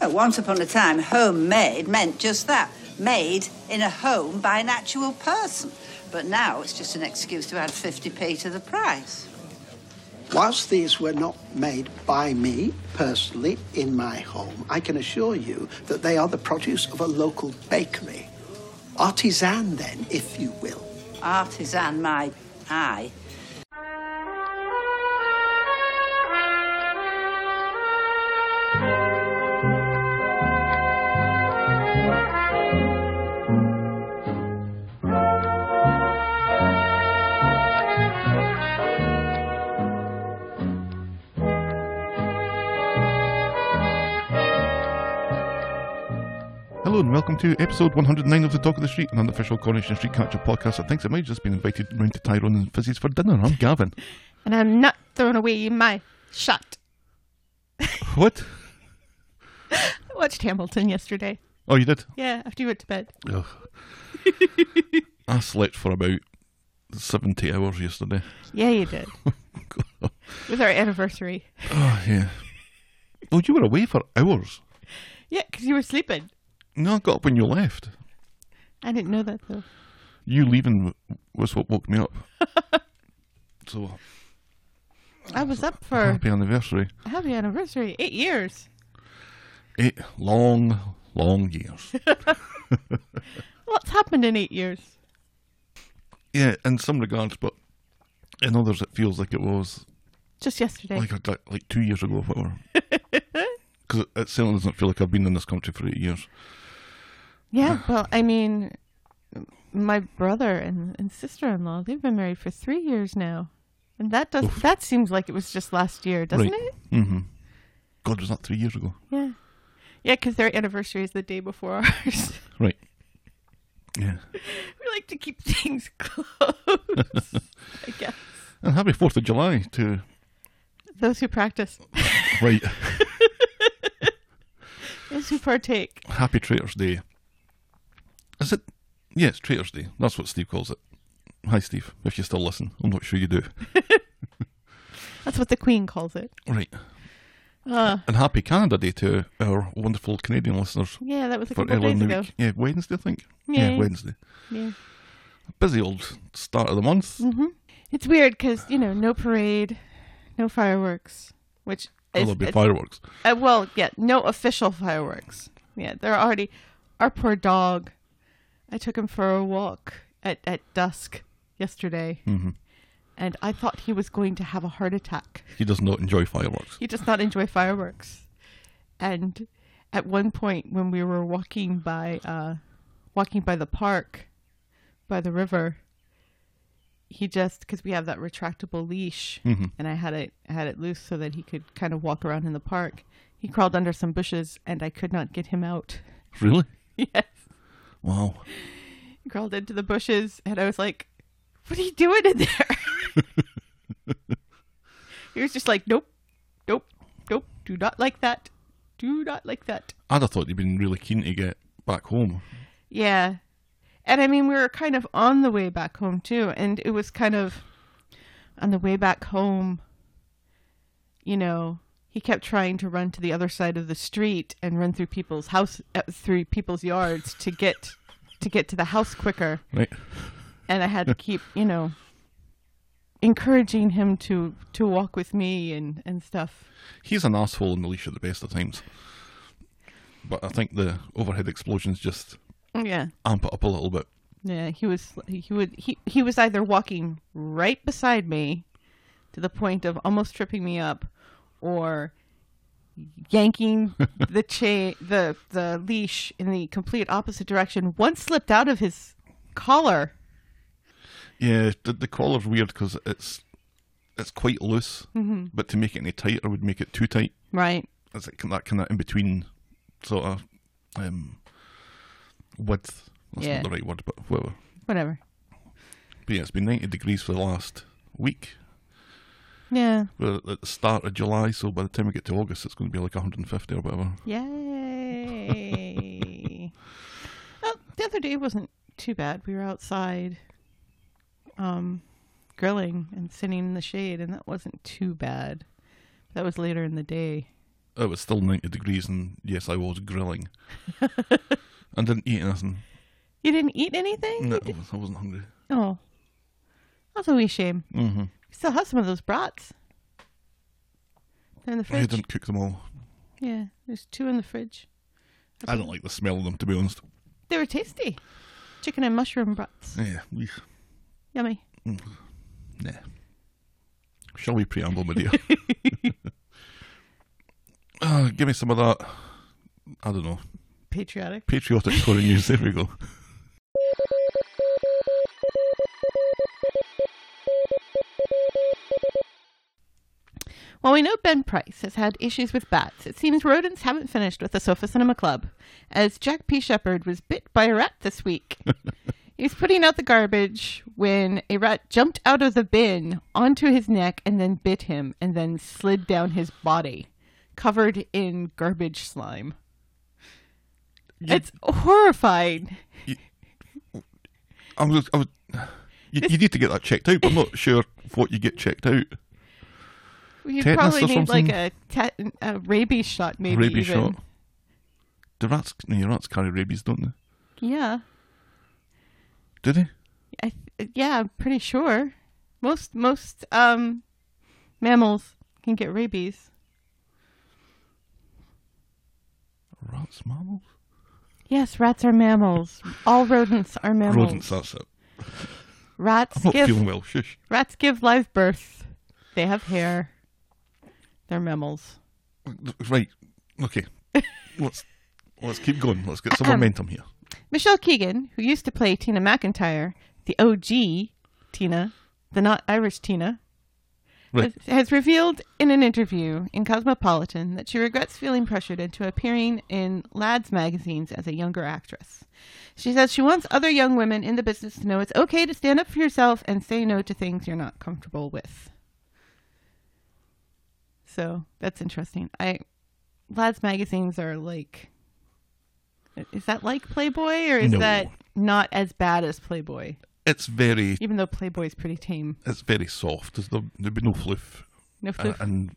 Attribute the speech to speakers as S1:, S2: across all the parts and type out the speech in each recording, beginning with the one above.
S1: Well, once upon a time, homemade meant just that made in a home by an actual person. But now it's just an excuse to add 50p to the price.
S2: Whilst these were not made by me personally in my home, I can assure you that they are the produce of a local bakery. Artisan, then, if you will.
S1: Artisan, my eye.
S3: Hello and welcome to episode 109 of the Talk of the Street, an unofficial Coronation Street Catcher podcast that thinks it might have just been invited round to Tyrone and Fizzy's for dinner. I'm Gavin.
S4: And I'm not throwing away my shot.
S3: What?
S4: I watched Hamilton yesterday.
S3: Oh, you did?
S4: Yeah, after you went to bed.
S3: Ugh. I slept for about 70 hours yesterday.
S4: Yeah, you did. it was our anniversary.
S3: Oh, yeah. Oh, you were away for hours.
S4: Yeah, because you were sleeping.
S3: No, I got up when you left.
S4: I didn't know that though.
S3: You leaving w- was what woke me up. so,
S4: I was up for
S3: happy anniversary.
S4: happy anniversary, eight years.
S3: Eight long, long years.
S4: What's happened in eight years?
S3: yeah, in some regards, but in others it feels like it was
S4: Just yesterday.
S3: like a, like two years ago, or whatever. Because it certainly doesn't feel like I've been in this country for eight years.
S4: yeah, well, I mean, my brother and, and sister-in-law, they've been married for three years now. And that does that seems like it was just last year, doesn't
S3: Right.
S4: it?
S3: hmm God, was that three years ago?
S4: Yeah. Yeah, because their anniversary is the day before ours.
S3: Right. Yeah.
S4: We like to keep things close, I guess.
S3: And happy Fourth of July to
S4: Those who practice,
S3: right.
S4: those who partake.
S3: happy Traitors Day. Is it? Yes, Traitors Day. That's what Steve calls it. Hi, Steve. If you still listen, I'm not sure you do.
S4: That's what the Queen calls it.
S3: Right.
S4: Uh,
S3: And happy Canada Day to our wonderful Canadian listeners
S4: yeah, that was a
S3: for
S4: couple of
S3: earlier in
S4: days
S3: the
S4: ago.
S3: week. Yeah, Wednesday, I think.
S4: Yay.
S3: Yeah, Wednesday.
S4: Yeah. Mm-hmm.
S3: Busy old start of the month.
S4: It's weird because, you know, no parade, no fireworks, which
S3: Oh,
S4: is.
S3: there'll be
S4: it's-
S3: fireworks.
S4: uh, well, yeah, no official fireworks. Yeah, they're already. Our poor dog. I took him for a walk at, at dusk yesterday,
S3: Mm-hmm.
S4: and I thought he was going to have a heart attack.
S3: He does not enjoy fireworks.
S4: he does not enjoy fireworks. And at one point when we were walking by uh walking by the park by the river he just cuz we have that retractable leash and I had it I had it loose so that he could kind of walk around in the park. He crawled under some bushes and I could not get him out.
S3: Really?
S4: yes.
S3: Wow.
S4: He crawled into the bushes and I was like, "What are you doing in there?" he was just like, "Nope. Nope. Nope. Do not like that. Do not like that."
S3: I'd have thought you'd been really keen to get back home.
S4: Yeah. And I mean, we were kind of on the way back home too, and it was kind of on the way back home, you know, he kept trying to run to the other side of the street and run through people's house uh, through people's yards to get to get to the house quicker.
S3: Right.
S4: and I had to keep, you know, encouraging him to to walk with me and and stuff.
S3: He's an asshole in the leash at the best of times. But I think the overhead explosions just
S4: Yeah,
S3: amp it up a little bit.
S4: yeah. He was he would he he was either walking right beside me, to the point of almost tripping me up, or yanking the chain the the leash in the complete opposite direction. One slipped out of his collar.
S3: Yeah, the, the collar's weird because it's it's quite loose,
S4: Mm-hmm.
S3: but to make it any tighter would make it too tight.
S4: Right.
S3: It's like that kind of in between sort of um, width. That's
S4: Yeah.
S3: not the right word, but whatever.
S4: Whatever.
S3: But yeah, it's been 90 degrees for the last week.
S4: Yeah.
S3: We're at the start of July, so by the time we get to August, it's going to be like 150 or whatever.
S4: Yay! well, the other day wasn't too bad. We were outside, um, grilling and sitting in the shade, and that wasn't too bad. That was later in the day.
S3: It was still 90 degrees, and yes, I was grilling. I didn't eat anything.
S4: You didn't eat anything?
S3: No,
S4: You
S3: I
S4: di-
S3: wasn't- I wasn't hungry.
S4: Oh. That's a wee shame.
S3: Mm-hmm.
S4: We still have some of those brats. They're in the
S3: I
S4: fridge.
S3: didn't cook them all.
S4: Yeah, there's two in the fridge.
S3: I don't like the smell of them, to be honest.
S4: They were tasty. Chicken and mushroom brats.
S3: Yeah, we,
S4: Yummy.
S3: nah. Shall we preamble, my dear? uh, give me some of that. I don't know.
S4: Patriotic.
S3: Patriotic Tory news. There we go.
S4: While we know Ben Price has had issues with bats, it seems rodents haven't finished with the Sofa Cinema Club, as Jack P. Shepherd was bit by a rat this week. he was putting out the garbage when a rat jumped out of the bin onto his neck and then bit him and then slid down his body, covered in garbage slime. It's horrifying.
S3: I was, I was, you, you need to get that checked out. but I'm not sure what you get checked out.
S4: You
S3: Tetanus
S4: probably
S3: or
S4: need like
S3: something?
S4: a, tet- a rabies shot, maybe.
S3: rabies
S4: even.
S3: shot. Do rats? No, your rats carry rabies, don't they?
S4: Yeah.
S3: Do they?
S4: I th- yeah, I'm pretty sure. Most most um mammals can get rabies.
S3: Rats mammals.
S4: Yes, rats are mammals. All rodents are mammals.
S3: Rodents. That's it.
S4: Rats
S3: I'm not
S4: give
S3: feeling well. Shush.
S4: rats give live birth. They have hair. They're mammals.
S3: Right. Okay. let's let's keep going. Let's get some
S4: Uh-uh.
S3: momentum here.
S4: Michelle Keegan, who used to play Tina McIntyre, the OG Tina, the not Irish Tina,
S3: Right.
S4: has- has revealed in an interview in Cosmopolitan that she regrets feeling pressured into appearing in lads magazines as a younger actress. She says she wants other young women in the business to know it's okay to stand up for yourself and say no to things you're not comfortable with. So that's interesting. I lads magazines are like is that like Playboy or is
S3: No.
S4: that not as bad as Playboy?
S3: It's very
S4: Even though Playboy's pretty tame.
S3: it's very soft. There's no, there'd be no fluff
S4: No
S3: and,
S4: fluff.
S3: and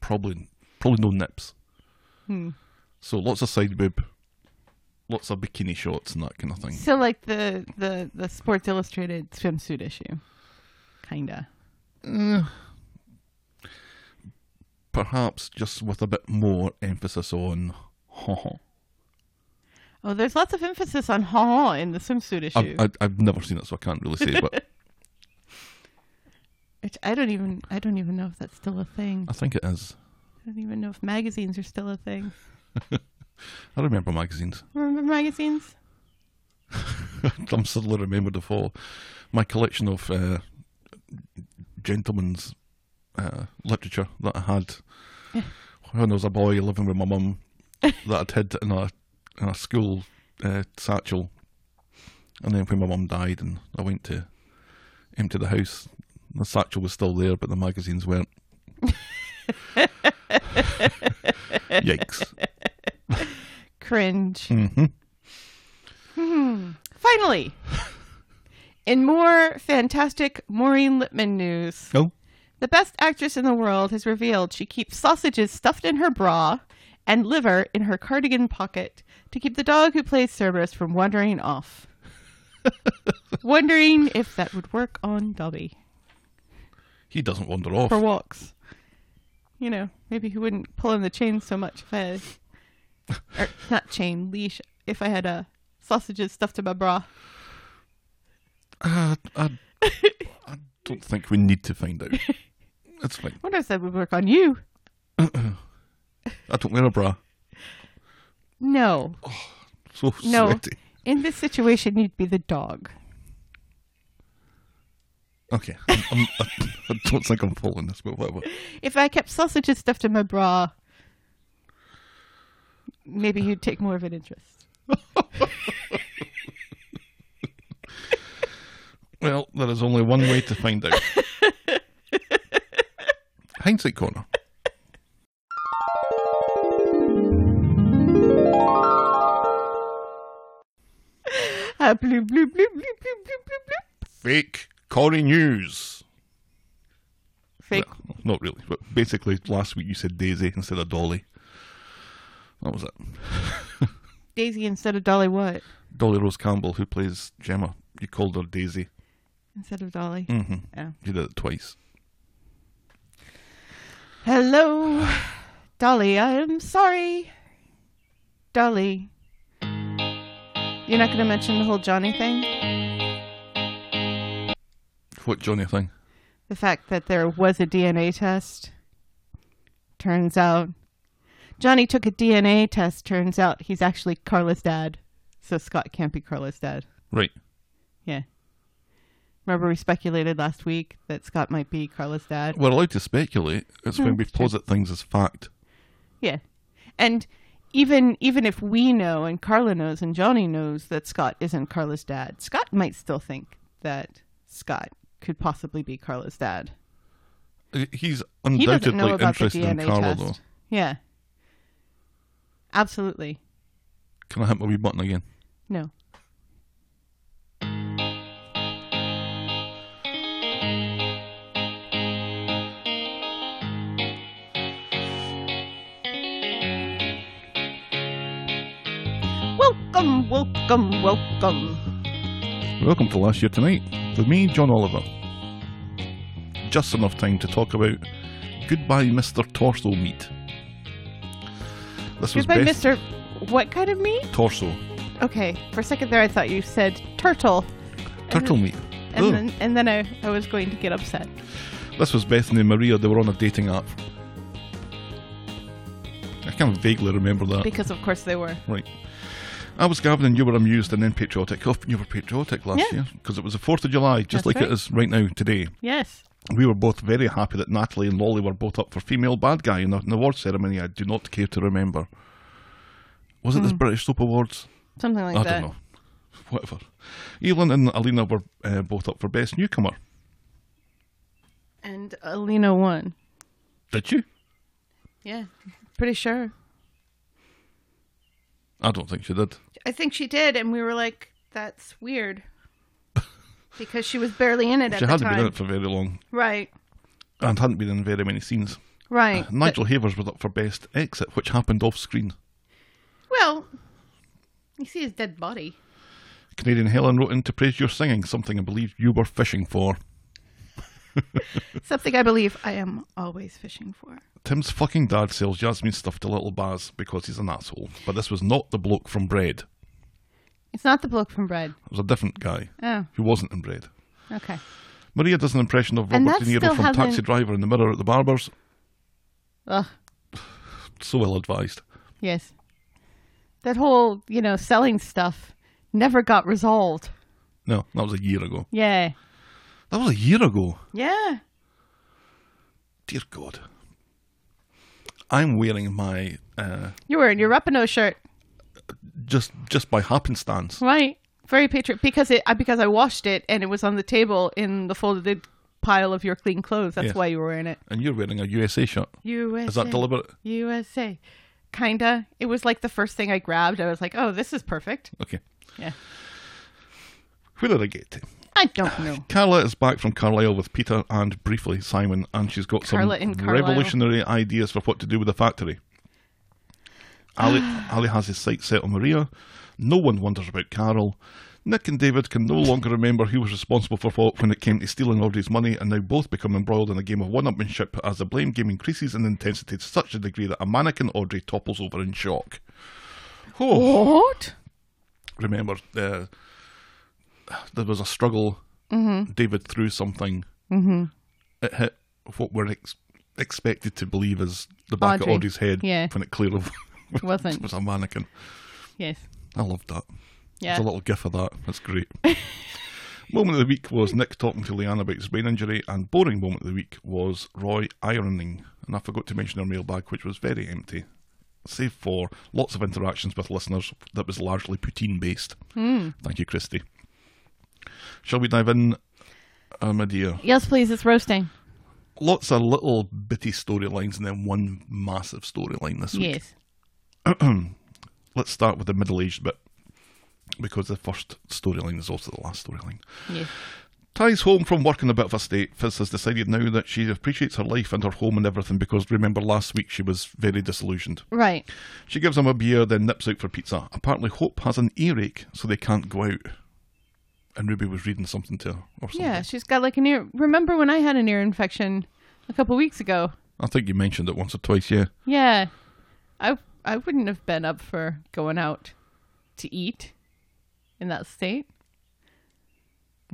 S3: probably probably no nips.
S4: Hmm.
S3: So lots of side boob, lots of bikini shots and that kind of thing.
S4: So like the the the Sports Illustrated swimsuit issue, kinda.
S3: Perhaps just with a bit more emphasis on.
S4: Oh, there's lots of emphasis on ha ha in the swimsuit issue,
S3: I've, I, I've never seen it, so I can't really say. But
S4: which I don't even I don't even know if that's still a thing.
S3: I think it is.
S4: I don't even know if magazines are still a thing.
S3: I remember magazines.
S4: Remember magazines?
S3: I'm suddenly remembered of all my collection of uh, gentlemen's uh, literature that I had when I was a boy living with my mum that I'd hid in a, in a school uh, satchel. And then when my mum died and I went to empty the house, the satchel was still there, but the magazines weren't. Yikes.
S4: Cringe.
S3: hmm
S4: Finally, in more fantastic Maureen Lipman news.
S3: Oh,
S4: The best actress in the world has revealed she keeps sausages stuffed in her bra and liver in her cardigan pocket to keep the dog who plays Cerberus from wandering off. Wondering if that would work on Dobby
S3: he doesn't wander off.
S4: for walks. You know, maybe he wouldn't pull on the chain so much if I had, or not chain, leash, if I had uh, sausages stuffed in my bra.
S3: Uh, I, I don't think we need to find out. It's fine.
S4: wonder if that would work on you.
S3: I don't wear a bra.
S4: No.
S3: So
S4: No.
S3: sweaty.
S4: In this situation, you'd be the dog.
S3: Okay. I'm, I'm, I i do not think I'm following this, but whatever.
S4: If I kept sausages stuffed in my bra, maybe you'd take more of an interest.
S3: Well, there is only one way to find out. Hindsight corner.
S4: Ah, bloop, bloop, bloop, bloop, bloop, bloop, bloop, bloop.
S3: Fake Corey news.
S4: Fake.
S3: Well, not really, but basically last week you said Daisy instead of Dolly. That was it.
S4: Daisy instead of Dolly what?
S3: Dolly Rose Campbell, who plays Gemma, you called her Daisy.
S4: Instead of Dolly.
S3: Mm-hmm.
S4: Oh.
S3: You did it twice.
S4: Hello, Dolly. I am sorry, Dolly. You're not going to mention the whole Johnny thing?
S3: What Johnny thing?
S4: The fact that there was a DNA test? Turns out. Johnny took a DNA test. Turns out he's actually Carla's dad. So Scott can't be Carla's dad.
S3: Right.
S4: Yeah. Remember, we speculated last week that Scott might be Carla's dad?
S3: We're allowed to speculate. It's
S4: Hmm.
S3: when we posit things as fact.
S4: Yeah. And even even if we know and Carla knows and Johnny knows that Scott isn't Carla's dad, Scott might still think that Scott could possibly be Carla's dad.
S3: Uh, He's
S4: He doesn't
S3: undoubtedly
S4: know about the
S3: interested in
S4: DNA
S3: Carla,
S4: test.
S3: though.
S4: Yeah. Absolutely.
S3: Can I hit my wee button again?
S4: No. Welcome, welcome, welcome.
S3: Welcome to Last Year Tonight with me, John Oliver. Just enough time to talk about Goodbye, Mr. Torso Meat. This was
S4: Goodbye,
S3: best
S4: Mister. What kind of meat?
S3: torso.
S4: Okay, for a second there, I thought you said turtle,
S3: Turtle meat.
S4: and
S3: Ugh.
S4: then and then I, I was going to get upset.
S3: This was Bethany and Maria. They were on a dating app. I can vaguely remember that.
S4: Because of course they were.
S3: Right. I was Gavin and you were amused and then patriotic. Oh, you were patriotic last
S4: Yeah.
S3: year because it was the 4th of July, just
S4: That's
S3: like
S4: right.
S3: it is right now today.
S4: Yes.
S3: We were both very happy that Natalie and Lolly were both up for female bad guy in the- an award ceremony I do not care to remember. Was it this British Soap Awards?
S4: Something Hmm. like
S3: I
S4: that.
S3: don't know. Whatever. Elon and Alina were uh, both up for Best Newcomer.
S4: And Alina won.
S3: Did you?
S4: Yeah, pretty sure.
S3: I don't think she did.
S4: I think she did, and we were like, "That's weird," because she was barely in it at
S3: she
S4: the
S3: hadn't
S4: time.
S3: been in it for very long
S4: Right.
S3: and hadn't been in very many scenes.
S4: Right.
S3: Nigel Havers was up for Best Exit, which happened off screen.
S4: But- well, you see his dead body.
S3: Canadian Helen wrote in to praise your singing, something I believe you were fishing for.
S4: Something I believe I am always fishing for.
S3: Tim's fucking dad sells Yasmin stuff to little Baz because he's an asshole. But this was not the bloke from Bread.
S4: It's not the bloke from Bread.
S3: It was a different guy
S4: Oh,
S3: who wasn't in Bread.
S4: okay.
S3: Maria does an impression of
S4: And
S3: Robert De
S4: that's
S3: Niro
S4: still
S3: from
S4: having-
S3: Taxi Driver in the mirror at the barber's.
S4: Ugh.
S3: So well advised.
S4: Yes. That whole, you know, selling stuff never got resolved.
S3: No, that was a year ago.
S4: Yeah.
S3: That was a year ago.
S4: Yeah.
S3: Dear God. I'm wearing my uh,
S4: You were in your Repino shirt,
S3: just just by happenstance.
S4: right? Very patriot because it I- because I washed it and it was on the table in the folded pile of your clean clothes. That's
S3: Yes.
S4: why you were in it.
S3: And you're wearing a USA shirt.
S4: USA.
S3: Is that deliberate?
S4: USA. Kinda. It was like the first thing I grabbed. I was like, "Oh, this is perfect."
S3: Okay.
S4: Yeah.
S3: Where did I get to?
S4: I don't know.
S3: Carla is back from Carlisle with Peter and briefly Simon, and she's got
S4: Carla in
S3: some
S4: Carlisle.
S3: revolutionary ideas for what to do with the factory. Ali, Ali has his sights set on Maria. No one wonders about Carol. Nick and David can no longer remember who was responsible for what when it came to stealing Audrey's money, and now both become embroiled in a game of one-upmanship as the blame game increases in intensity to such a degree that a mannequin Audrey topples over in shock. Oh
S4: What?
S3: remember uh, there was a struggle.
S4: Mm-hmm.
S3: David threw something. Mm-hmm. It hit what we're ex- expected to believe is the back
S4: Audrey.
S3: of Audrey's head
S4: Yeah.
S3: when it clearly
S4: Wasn't.
S3: was a mannequin.
S4: Yes.
S3: I loved that.
S4: Yeah.
S3: There's a little gif of that. That's great. moment of the week was Nick talking to Leanne about his brain injury, and boring moment of the week was Roy ironing. And I forgot to mention our mailbag, which was very empty, save for lots of interactions with listeners that was largely poutine based.
S4: Hmm.
S3: Thank you, Christy. Shall we dive in, uh, my dear?
S4: Yes, please. It's roasting.
S3: Lots of little bitty storylines and then one massive storyline this week.
S4: Yes.
S3: Let's start with the middle aged bit because the first storyline is also the last storyline.
S4: Yes.
S3: Ty's home from work in a bit of a state. Fizz has decided now that she appreciates her life and her home and everything because remember last week she was very disillusioned.
S4: Right.
S3: She gives him a beer, then nips out for pizza. Apparently, Hope has an earache, so they can't go out. And Ruby was reading something to her or something.
S4: Yeah, she's got like an ear. Remember when I had an ear infection a couple weeks ago?
S3: I think you mentioned it once or twice, yeah.
S4: Yeah. I I wouldn't have been up for going out to eat in that state.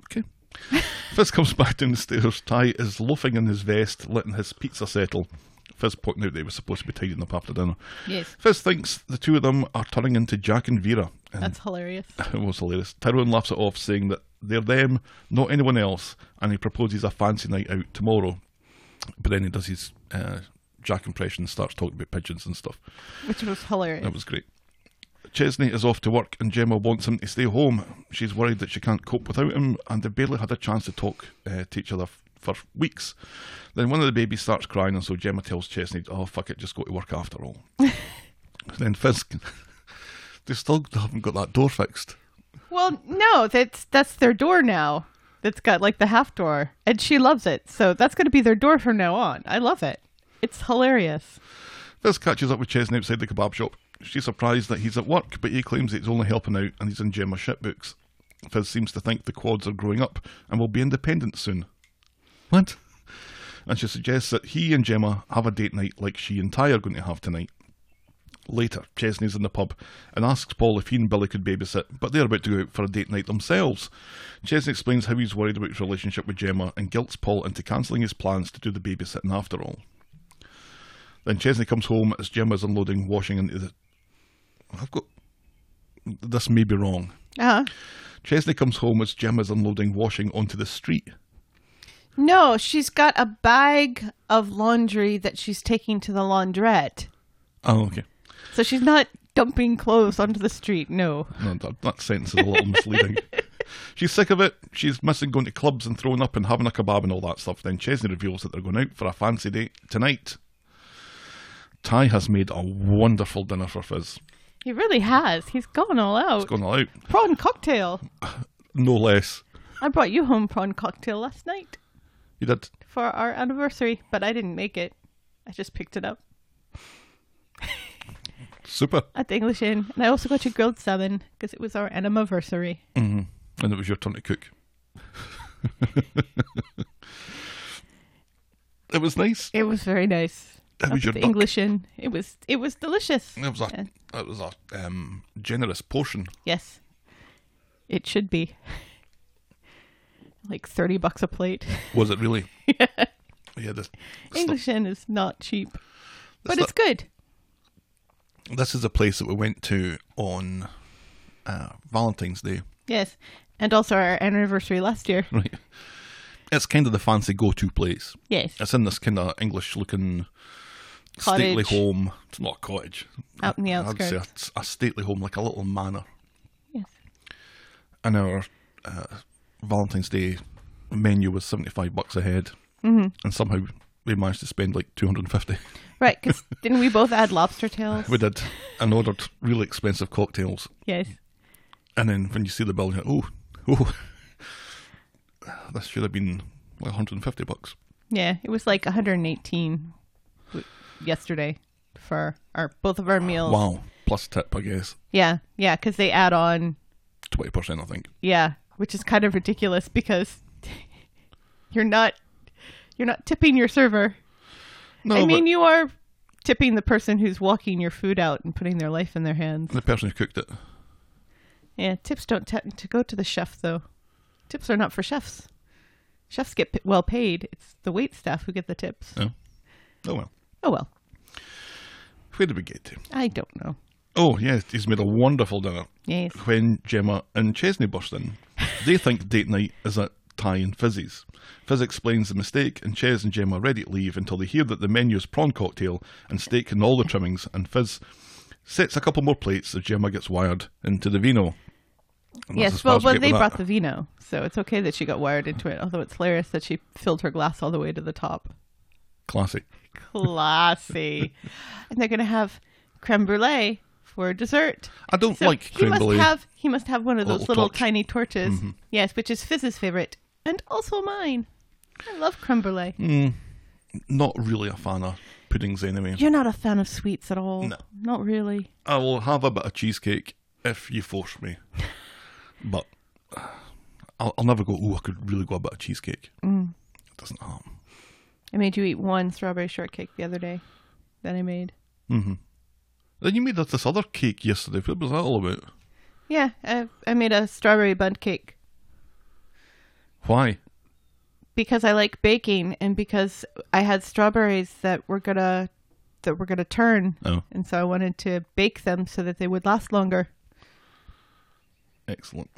S3: Okay. Fizz comes back down the stairs. Ty is loafing in his vest, letting his pizza settle. Fizz pointing out they were supposed to be tidying up after dinner.
S4: Yes.
S3: Fizz thinks the two of them are turning into Jack and Vera. And
S4: That's hilarious.
S3: it was hilarious. Tyrone laughs it off, saying that they're them, not anyone else, and he proposes a fancy night out tomorrow. But then he does his uh, Jack impression and starts talking about pigeons and stuff.
S4: Which was hilarious.
S3: That was great. Chesney is off to work and Gemma wants him to stay home. She's worried that she can't cope without him and they barely had a chance to talk uh, to each other f- for weeks. Then one of the babies starts crying and so Gemma tells Chesney, oh fuck it, just go to work after all. then Fisk, they still haven't got that door fixed.
S4: Well, no, that's that's their door now. That's got like the half door, and she loves it. So that's going to be their door from now on. I love it. It's hilarious.
S3: Fisk catches up with Chesney outside the kebab shop. She's surprised that he's at work, but he claims that he's only helping out and he's in Gemma's shitbooks. Fizz seems to think the quads are growing up and will be independent soon. What? And she suggests that he and Gemma have a date night like she and Ty are going to have tonight. Later, Chesney's in the pub and asks Paul if he and Billy could babysit, but they're about to go out for a date night themselves. Chesney explains how he's worried about his relationship with Gemma and guilts Paul into cancelling his plans to do the babysitting after all. Then Chesney comes home as Jim is unloading washing into the. I've got. This may be wrong.
S4: Uh huh.
S3: Chesney comes home as Jim is unloading washing onto the street.
S4: No, she's got a bag of laundry that she's taking to the laundrette.
S3: Oh, okay.
S4: So she's not dumping clothes onto the street. No.
S3: No, that, that sentence is a little misleading. She's sick of it. She's missing going to clubs and throwing up and having a kebab and all that stuff. Then Chesney reveals that they're going out for a fancy date tonight. Ty has made a wonderful dinner for Fizz.
S4: He really has. He's gone all out.
S3: Going all out,
S4: prawn cocktail.
S3: no less.
S4: I brought you home prawn cocktail last night
S3: You did.
S4: for our anniversary, but I didn't make it. I just picked it up
S3: Super.
S4: at the English Inn. And I also got you grilled salmon because it was our anniversary. Mm-hmm.
S3: And it was your turn to cook. it was nice.
S4: It was very nice.
S3: That
S4: Up
S3: was
S4: at
S3: your
S4: the
S3: duck.
S4: English Inn. It was it was delicious.
S3: It was
S4: Yeah.
S3: a it was a um, generous portion.
S4: Yes. It should be. Like thirty bucks a plate.
S3: Was it really? yeah. This
S4: English Inn is not cheap. But
S3: not-
S4: it's good.
S3: this is a place that we went to on uh, Valentine's Day.
S4: Yes. And also our anniversary last year.
S3: Right. It's kind of the fancy go-to place.
S4: Yes.
S3: It's in this kind of English-looking stately
S4: Cottage.
S3: home. It's not a cottage.
S4: Out in the
S3: I'd say
S4: outskirts.
S3: a, a stately home, like a little manor.
S4: Yes.
S3: and our uh, Valentine's Day menu was seventy five bucks a head,
S4: Mm-hmm.
S3: mm and somehow we managed to spend like two hundred and fifty.
S4: Right, because didn't we both add lobster tails?
S3: We did, and ordered really expensive cocktails,
S4: Yes.
S3: and then when you see the bill, you're like, oh, oh, this should have been like one hundred and fifty bucks.
S4: Yeah, it was like 118 w- yesterday for our both of our meals.
S3: Wow, plus tip, I guess
S4: Yeah, yeah, because they add on,
S3: twenty percent, I think.
S4: yeah, which is kind of ridiculous because you're not you're not tipping your server.
S3: No,
S4: I mean,
S3: but
S4: you are tipping the person who's walking your food out and putting their life in their hands.
S3: the person who cooked it.
S4: Yeah, tips don't tend to go to the chef though. Tips are not for chefs. Chefs get p- well paid. It's the wait staff who get the tips.
S3: Oh, oh well.
S4: Oh well,
S3: Where did we get to?
S4: I don't know.
S3: Oh yes, he's made a wonderful dinner.
S4: Yes.
S3: when Gemma and Chesney burst in. They think date night is at Ty and Fizzy's. Fizz explains the mistake, and Ches and Gemma are ready to leave until they hear that the menu is prawn cocktail and steak and all the trimmings, and Fizz sets a couple more plates as Gemma gets wired into the vino. And that's as
S4: Yes,
S3: far
S4: well,
S3: as we
S4: well
S3: get
S4: they
S3: with that.
S4: brought the vino, so it's okay that she got wired into it. Although it's hilarious that she filled her glass all the way to the top.
S3: classic.
S4: Classy. and they're going to have creme brulee for dessert.
S3: I don't
S4: So
S3: like
S4: he
S3: creme
S4: must
S3: brulee. Mm-hmm.
S4: have he must have one of those
S3: Little
S4: little
S3: torch.
S4: tiny torches. Yes, which is Fizz's favorite. and also mine. I love creme brulee.
S3: Mm. Not really a fan of puddings anyway.
S4: You're not a fan of sweets at all.
S3: No.
S4: Not really.
S3: I will have a bit of cheesecake if you force me, but I'll, I'll never go. Oh, I could really go a bit of cheesecake. Mm. It doesn't happen.
S4: I made you eat one strawberry shortcake the other day that I made.
S3: Then you made us this other cake yesterday. What was that all about?
S4: Yeah, I, I made a strawberry bundt cake
S3: Why?
S4: because I like baking and because I had strawberries that were gonna that were gonna turn,
S3: Oh,
S4: and so I wanted to bake them so that they would last longer.
S3: excellent.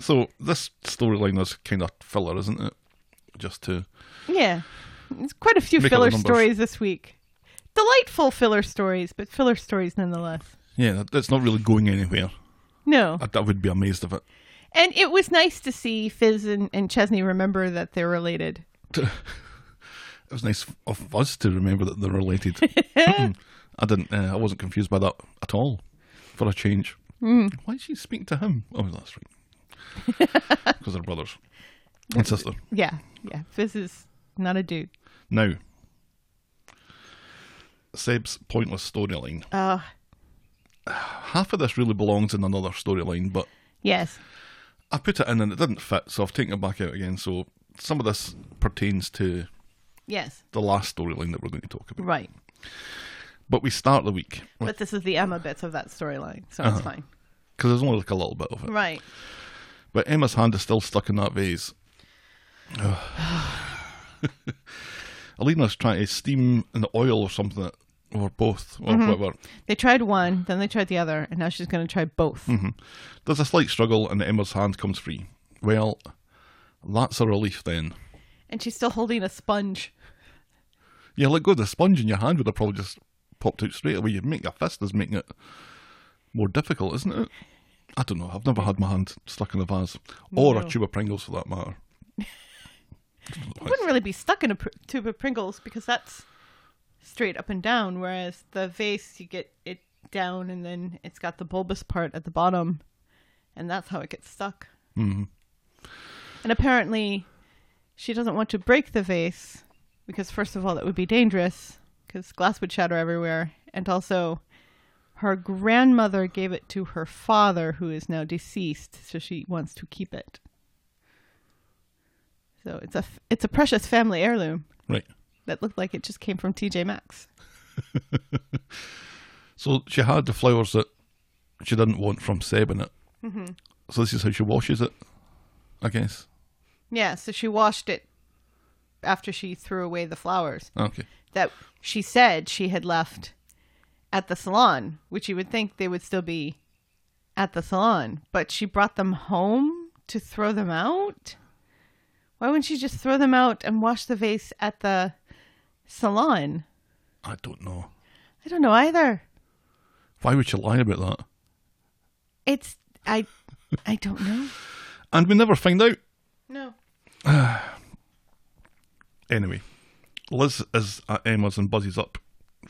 S3: So this storyline is kind of filler, isn't it? Just to
S4: Yeah, it's quite a few
S3: Make up the
S4: filler
S3: numbers.
S4: stories this week. Delightful filler stories, but filler stories nonetheless.
S3: yeah, that- that's not really going anywhere.
S4: No,
S3: I, I would be amazed if it.
S4: and it was nice to see Fizz and, and Chesney remember that they're related.
S3: It was nice of us to remember that they're related. Hmm. I didn't. Uh, I wasn't confused by that at all. For a change,
S4: Hmm.
S3: why did she speak to him? Oh, that's right. Because they're brothers and sister.
S4: Yeah, yeah. Fizz is not a dude.
S3: Now, Seb's pointless storyline.
S4: Oh,
S3: Half of this really belongs in another storyline, but
S4: yes.
S3: I put it in and it didn't fit, so I've taken it back out again. So some of this pertains to
S4: Yes.
S3: the last storyline that we're going to talk about.
S4: Right.
S3: But we start the week
S4: But this is the Emma bits of that storyline, so
S3: Uh-huh.
S4: it's fine.
S3: because there's only like a little bit of it.
S4: Right.
S3: But Emma's hand is still stuck in that vase. Alina's trying to steam an oil or something, or both, or whatever.
S4: They tried one, then they tried the other, and now she's going to try both.
S3: There's a slight struggle, and Emma's hand comes free. Well, that's a relief then.
S4: And she's still holding a sponge.
S3: Yeah, let go of the sponge in your hand would have probably just popped out straight away. You make your fist is making it more difficult, isn't it? I don't know. I've never had my hand stuck in a vase, or a
S4: No.
S3: tube of Pringles for that matter.
S4: It wouldn't really be stuck in a pr- tube of Pringles because that's straight up and down, whereas the vase, you get it down and then it's got the bulbous part at the bottom, and that's how it gets stuck. Mm-hmm. And apparently, she doesn't want to break the vase because, first of all, that would be dangerous because glass would shatter everywhere, and also. Her grandmother gave it to her father, who is now deceased, so she wants to keep it. So it's a f- it's a precious family heirloom
S3: Right.
S4: that looked like it just came from TJ Maxx.
S3: So she had the flowers that she didn't want from Seb in it.
S4: Mm-hmm.
S3: So this is how she washes it, I guess.
S4: Yeah, so she washed it after she threw away the flowers
S3: Okay.
S4: that she said she had left at the salon, which you would think they would still be at the salon, but she brought them home to throw them out. Why wouldn't she just throw them out and wash the vase at the salon?
S3: I don't know.
S4: I don't know either.
S3: Why would she lie about that?
S4: It's I I don't know.
S3: And we never find out.
S4: No.
S3: Anyway, Liz is at Emma's and buzzes up.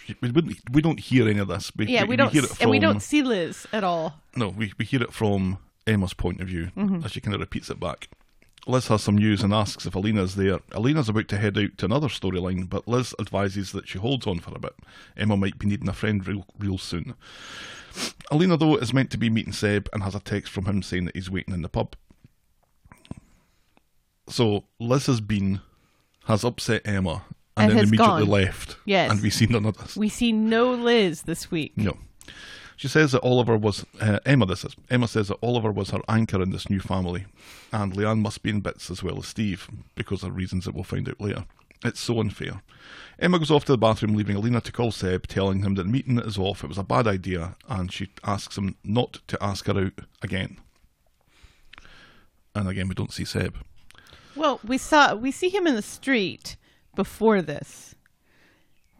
S3: She- We, wouldn't, we don't hear any of this. We,
S4: Yeah, we, don't,
S3: hear
S4: s-
S3: it
S4: and we
S3: from-
S4: don't see Liz at all.
S3: No, we, we hear it from Emma's point of view
S4: Mm-hmm.
S3: as she kind of repeats it back. Liz has some news and asks if Alina's there. Alina's about to head out to another storyline, but Liz advises that she holds on for a bit. Emma might be needing a friend real, real soon. Alina, though, is meant to be meeting Seb and has a text from him saying that he's waiting in the pub. So Liz has been, has upset Emma and,
S4: And
S3: then
S4: has
S3: immediately
S4: gone.
S3: left.
S4: Yes.
S3: And we've seen none of this.
S4: We see no Liz this week.
S3: No. She says that Oliver was uh, Emma. This is Emma says that Oliver was her anchor in this new family, and Leanne must be in bits as well as Steve because of reasons that we'll find out later. It's so unfair. Emma goes off to the bathroom, leaving Alina to call Seb, telling him that the meeting is off. It was a bad idea, and she asks him not to ask her out again. And again, we don't see Seb.
S4: Well, we saw we see him in the street before this,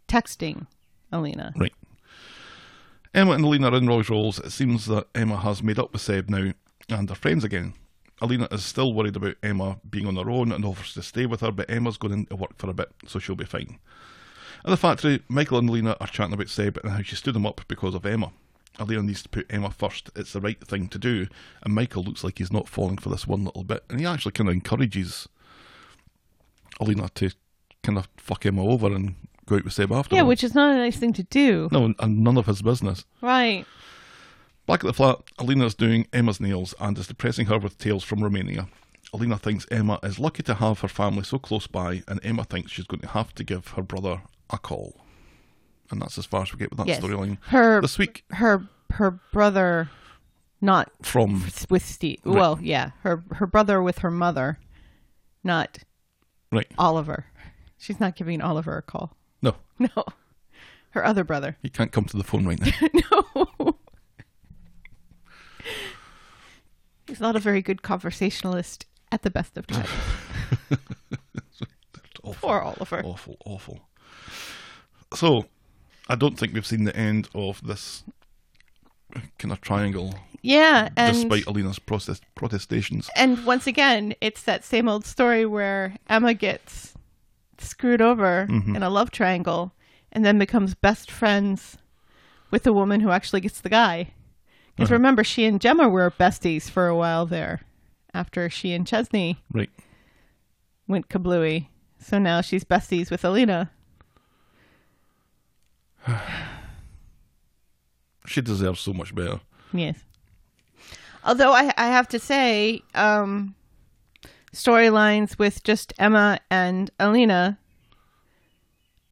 S4: texting Alina.
S3: Right. Emma and Alina are in Rolls Royce. It seems that Emma has made up with Seb now and they're friends again. Alina is still worried about Emma being on her own and offers to stay with her, but Emma's going into work for a bit, so she'll be fine. At the factory, Michael and Alina are chatting about Seb and how she stood him up because of Emma. Alina needs to put Emma first, it's the right thing to do, and Michael looks like he's not falling for this one little bit, and he actually kind of encourages Alina to kind of fuck him over and go out with Seb afterwards.
S4: Yeah, which is not a nice thing to do.
S3: No, and- and none of his business.
S4: Right.
S3: Back at the flat, Alina is doing Emma's nails and is depressing her with tales from Romania. Alina thinks Emma is lucky to have her family so close by, and Emma thinks she's going to have to give her brother a call. And that's as far as we get with that
S4: Yes.
S3: storyline.
S4: Her
S3: This week,
S4: her her brother not
S3: from
S4: with Steve. Well, yeah, her her brother with her mother, not
S3: right,
S4: Oliver. She's not giving Oliver a call.
S3: no,
S4: No. Her other brother.
S3: he can't come to the phone right now.
S4: no. He's not a very good conversationalist at the best of times.
S3: awful,
S4: Poor Oliver.
S3: awful, awful. So, I don't think we've seen the end of this kind of triangle,
S4: Yeah, and
S3: despite Alina's process, protestations.
S4: and once again, it's that same old story where Emma gets screwed over in a love triangle and then becomes best friends with the woman who actually gets the guy. Because remember, she and Gemma were besties for a while there after she and Chesney
S3: Right.
S4: went kablooey. So now she's besties with Alina.
S3: She deserves so much better.
S4: Yes. Although I, I have to say, um, storylines with just Emma and Alina,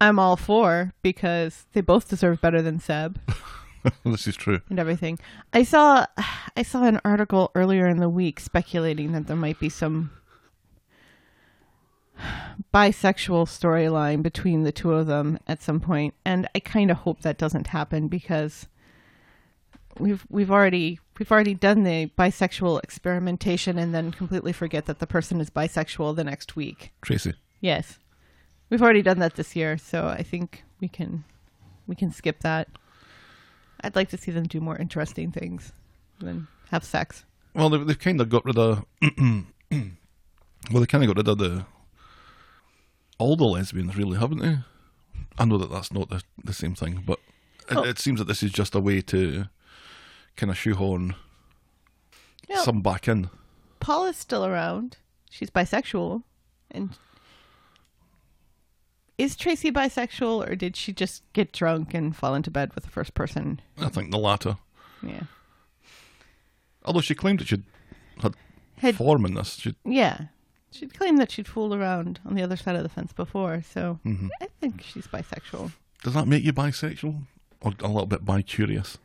S4: I'm all for because they both deserve better than Seb
S3: this is true.
S4: and everything. I saw, I saw an article earlier in the week speculating that there might be some bisexual storyline between the two of them at some point, and I kind of hope that doesn't happen because we've we've already we've already done the bisexual experimentation and then completely forget that the person is bisexual the next week.
S3: Tracy.
S4: Yes. We've already done that this year, so I think we can we can skip that. I'd like to see them do more interesting things than have sex.
S3: Well, they've, they've kind of got rid of. well, they kind of got rid of the. All the lesbians, really, haven't they? I know that that's not the, the same thing, but it,
S4: Oh.
S3: it seems that this is just a way to kind of shoehorn
S4: Yeah.
S3: some back in.
S4: Paula's still around. She's bisexual and is Tracy bisexual or did she just get drunk and fall into bed with the first person?
S3: I think the latter.
S4: Yeah.
S3: Although she claimed that she had
S4: Had-
S3: form in this. She,
S4: Yeah. She'd claimed that she'd fooled around on the other side of the fence before, so I think she's bisexual.
S3: does that make you bisexual? Or a little bit bi curious?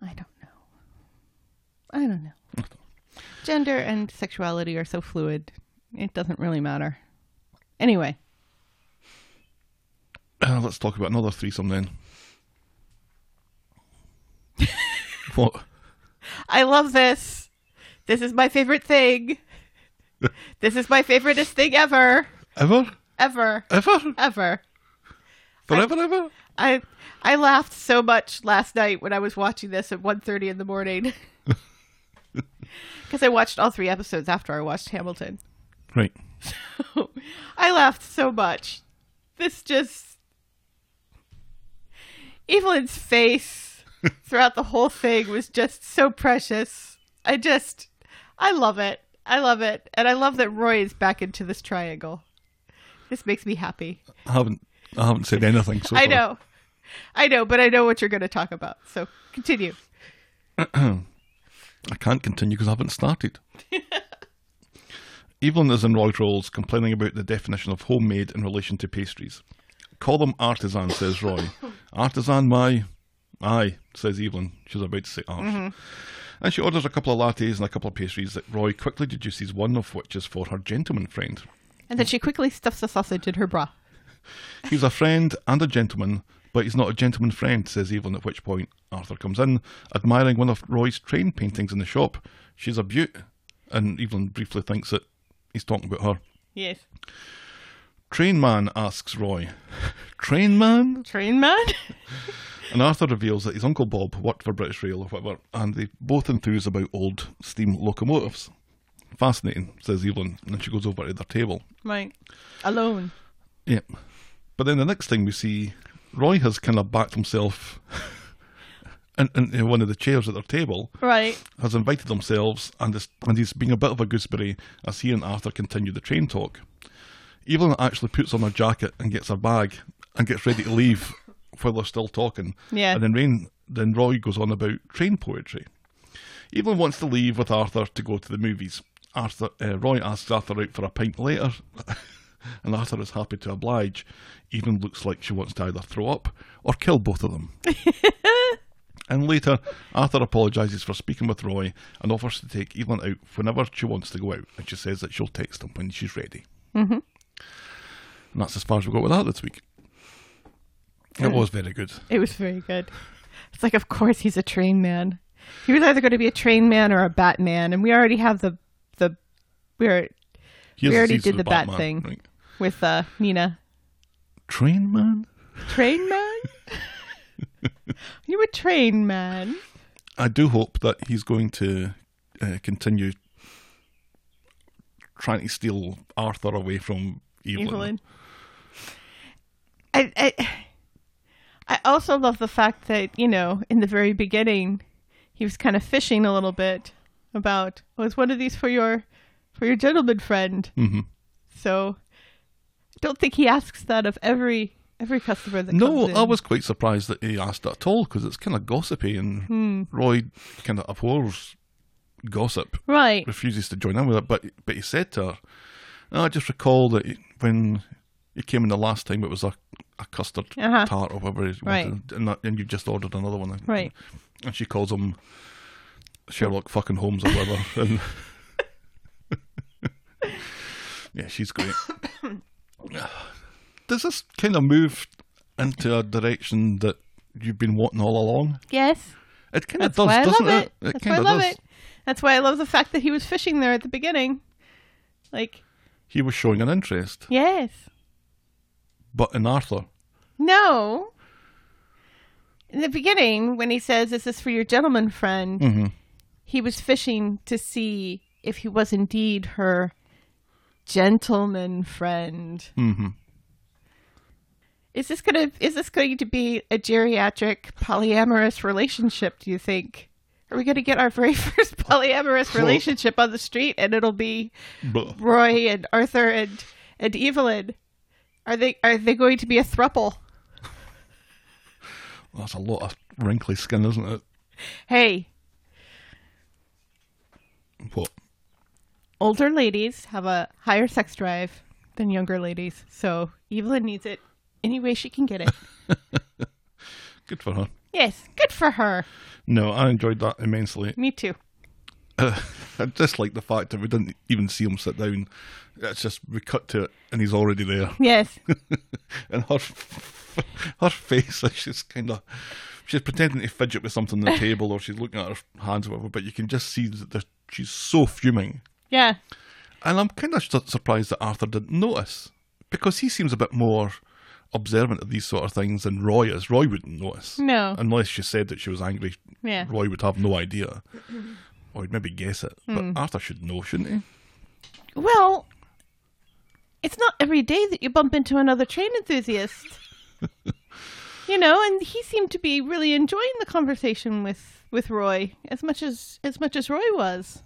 S4: I don't know. I don't know. Gender and sexuality are so fluid. It doesn't really matter. Anyway,
S3: Uh, let's talk about another threesome then. what?
S4: I love this. This is my favorite thing. this is my favoriteest thing ever.
S3: Ever?
S4: Ever.
S3: Ever?
S4: Ever.
S3: Forever, ever?
S4: I I laughed so much last night when I was watching this at 1.30 in the morning. Because I watched all three episodes after I watched Hamilton.
S3: Right.
S4: I laughed so much. This just Evelyn's face throughout the whole thing was just so precious. I just I love it. I love it. And I love that Roy is back into this triangle. This makes me happy.
S3: I haven't. I haven't said anything. So
S4: I
S3: far.
S4: know. I know, but I know what you're going to talk about. So continue.
S3: I can't continue because I haven't started. Evelyn is in Roy's Rolls complaining about the definition of homemade in relation to pastries. Call them artisan, says Roy. artisan, my. Aye, says Evelyn. She's about to say arse. And she orders a couple of lattes and a couple of pastries that Roy quickly deduces one of which is for her gentleman friend.
S4: And then she quickly stuffs a sausage in her bra.
S3: He's a friend and a gentleman, but he's not a gentleman friend, says Evelyn, at which point Arthur comes in, admiring one of Roy's train paintings in the shop. She's a beaut. And Evelyn briefly thinks that he's talking about her.
S4: Yes.
S3: Train man asks Roy, Train man?
S4: Train man?
S3: And Arthur reveals that his uncle Bob worked for British Rail or whatever, and they both enthuse about old steam locomotives. Fascinating, says Evelyn, and she goes over to their table.
S4: right. Alone.
S3: Yep. But then the next thing we see, Roy has kind of backed himself in, in, in one of the chairs at their table,
S4: Right.
S3: has invited themselves, and is, and he's being a bit of a gooseberry as he and Arthur continue the train talk. Evelyn actually puts on her jacket and gets her bag and gets ready to leave while they're still talking.
S4: Yeah.
S3: And then Rain, then Roy goes on about train poetry. Evelyn wants to leave with Arthur to go to the movies. Arthur, uh, Roy asks Arthur out for a pint later, and Arthur is happy to oblige. Evelyn looks like she wants to either throw up or kill both of them. And later, Arthur apologises for speaking with Roy and offers to take Evelyn out whenever she wants to go out, and she says that she'll text him when she's ready. Mm-hmm. And that's as far as we got with that this week. It was very good.
S4: It was very good. It's like, of course, he's a train man. He was either going to be a train man or a Batman, and we already have the the we're
S3: Here's
S4: We already
S3: seeds
S4: did
S3: of
S4: the bat
S3: Batman,
S4: thing. with uh, Nina
S3: Train man?
S4: train man. you a train man?
S3: I do hope that he's going to uh, continue trying to steal Arthur away from Evelyn.
S4: Evelyn. I, I I also love the fact that you know in the very beginning he was kind of fishing a little bit about was one of these for your for your gentleman friend. Mm-hmm. So I don't think he asks that of every every customer that
S3: No,
S4: comes in.
S3: I was quite surprised that he asked that at all because it's kind of gossipy and
S4: Hmm.
S3: Roy kind of abhors gossip,
S4: right.
S3: refuses to join in with it. But but he said to her, "No, I just recall that he- when he came in the last time, it was a, a custard
S4: Uh-huh.
S3: tart or whatever, he
S4: Right.
S3: wanted, and, that, and you just ordered another one,
S4: Right.
S3: And she calls him Sherlock fucking Holmes or whatever, and yeah, she's great. Does this kind of move into a direction that you've been wanting all along?
S4: Yes.
S3: It kind of
S4: That's
S3: does,
S4: why I
S3: doesn't
S4: love it.
S3: it? It
S4: That's why I
S3: kind of
S4: love
S3: does.
S4: it. That's why I love the fact that he was fishing there at the beginning. Like,
S3: He was showing an interest,
S4: yes.
S3: but in Arthur,
S4: No. In the beginning, when he says, Is this for your gentleman friend? He was fishing to see if he was indeed her gentleman friend. Mm-hmm. Is this gonna is this going to be a geriatric polyamorous relationship, do you think? Are we gonna get our very first polyamorous
S3: Well-
S4: relationship on the street and it'll be
S3: but
S4: Roy and Arthur and and Evelyn? Are they are they going to be a thruple?
S3: that's a lot of wrinkly skin, isn't it?
S4: Hey,
S3: What?
S4: older ladies have a higher sex drive than younger ladies, so Evelyn needs it any way she can get it.
S3: Good for her.
S4: yes, good for her.
S3: No, I enjoyed that immensely.
S4: Me too.
S3: I just like the fact that we didn't even see him sit down. It's just we cut to it and he's already there.
S4: Yes,
S3: and her her face is just kind of she's pretending to fidget with something on the table or she's looking at her hands or whatever but you can just see that the- she's so fuming
S4: yeah,
S3: and i'm kind of surprised that arthur didn't notice because he seems a bit more observant of these sort of things than roy is roy wouldn't notice
S4: No.
S3: unless she said that she was angry
S4: Yeah.
S3: roy would have no idea or he'd maybe guess it
S4: Hmm.
S3: but arthur should know shouldn't he
S4: Well, it's not every day that you bump into another train enthusiast. you know, and he seemed to be really enjoying the conversation with with Roy as much as as much as Roy was.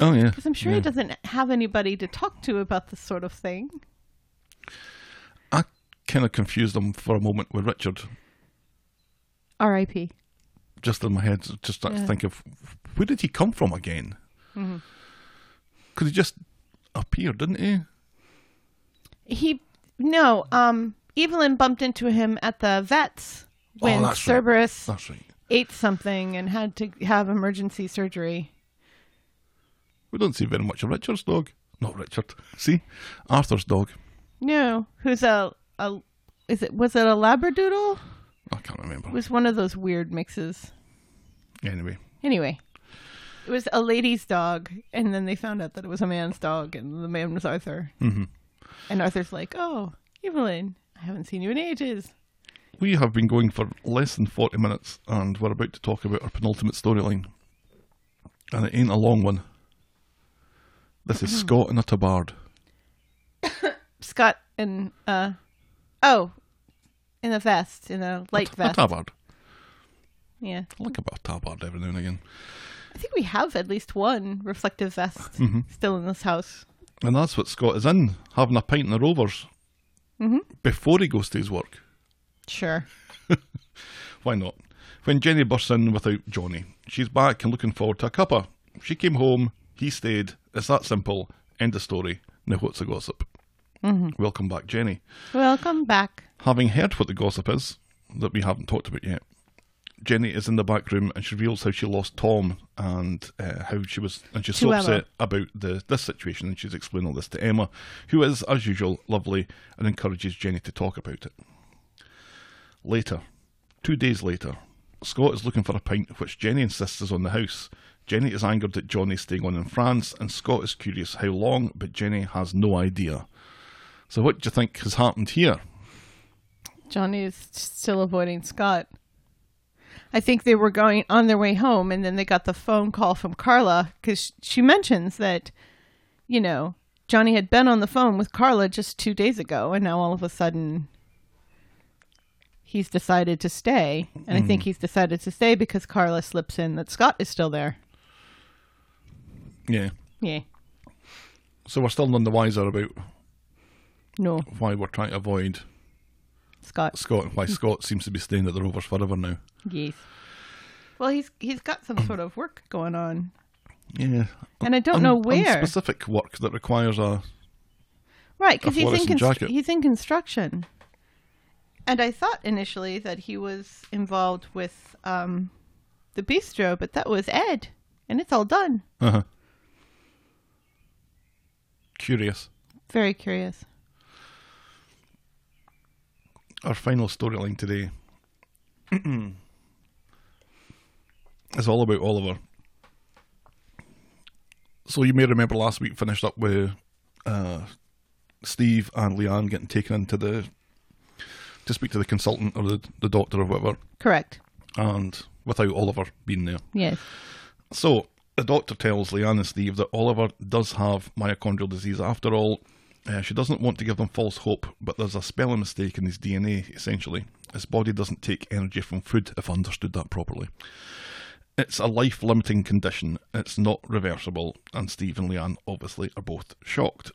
S3: oh yeah
S4: Cuz I'm sure he doesn't have anybody to talk to about this sort of thing.
S3: i kind of confused him for a moment with richard
S4: RIP.
S3: just in my head, just started to think of where did he come from again?
S4: Mm-hmm.
S3: Because he just appeared, didn't he?
S4: He no, um Evelyn bumped into him at the vets when
S3: Oh, that's right.
S4: Cerberus
S3: That's right.
S4: ate something and had to have emergency surgery.
S3: We don't see very much of Richard's dog. Not Richard. See, Arthur's dog.
S4: No, who's a a is it was it a labradoodle?
S3: I can't remember.
S4: It was one of those weird mixes.
S3: Anyway,
S4: Anyway, it was a lady's dog, and then they found out that it was a man's dog, and the man was Arthur. Mm-hmm. And Arthur's like, "Oh, Evelyn, I haven't seen you in ages."
S3: we have been going for less than forty minutes, and we're about to talk about our penultimate storyline, and it ain't a long one. This is Scott and a tabard.
S4: Scott and uh, oh, in a vest, in a light
S3: A
S4: vest.
S3: tabard.
S4: Yeah,
S3: I like about a tabard every now and again.
S4: I think we have at least one reflective vest still in this house.
S3: And that's what Scott is in, having a pint in the Rovers before he goes to his work.
S4: Sure.
S3: Why not? When Jenny bursts in without Johnny, she's back and looking forward to a cuppa. She came home, he stayed. It's that simple. End of story. Now what's the gossip? Welcome back, Jenny.
S4: Welcome back.
S3: Having heard what the gossip is that we haven't talked about yet, Jenny is in the back room and she reveals how she lost Tom and uh, how she was, and she's so
S4: To Emma.
S3: upset about the this situation. And she's explained all this to Emma, who is, as usual, lovely and encourages Jenny to talk about it. Later, two days later, Scott is looking for a pint, which Jenny insists is on the house. Jenny is angered at Johnny staying on in France, and Scott is curious how long, but Jenny has no idea. So, what do you think has happened here?
S4: Johnny is still avoiding Scott. I think they were going on their way home, and then they got the phone call from Carla because she mentions that, you know, Johnny had been on the phone with Carla just two days ago, and now all of a sudden he's decided to stay. And I think he's decided to stay because Carla slips in that Scott is still there.
S3: Yeah.
S4: Yeah.
S3: So we're still none the wiser about
S4: No,
S3: why we're trying to avoid
S4: Scott.
S3: Scott and why Scott seems to be staying at the Rovers forever now.
S4: Yes. Well, he's he's got some sort of work going on,
S3: Yeah.
S4: and I don't know where.
S3: Specific work that requires a.
S4: Right, because he's in
S3: fluorescent
S4: const-
S3: jacket.
S4: he's in construction. And I thought initially that he was involved with um, the bistro, but that was Ed, and it's all done.
S3: uh Curious.
S4: Very curious.
S3: Our final storyline today is all about Oliver. So you may remember last week finished up with uh, Steve and Leanne getting taken into the to speak to the consultant or the, the doctor or whatever,
S4: Correct.
S3: and without Oliver being there.
S4: Yes.
S3: So the doctor tells Leanne and Steve that Oliver does have mitochondrial disease after all. Uh, she doesn't want to give them false hope, but there's a spelling mistake in his DNA, essentially. His body doesn't take energy from food, if I understood that properly. It's a life limiting condition, it's not reversible, and Steve and Leanne obviously are both shocked.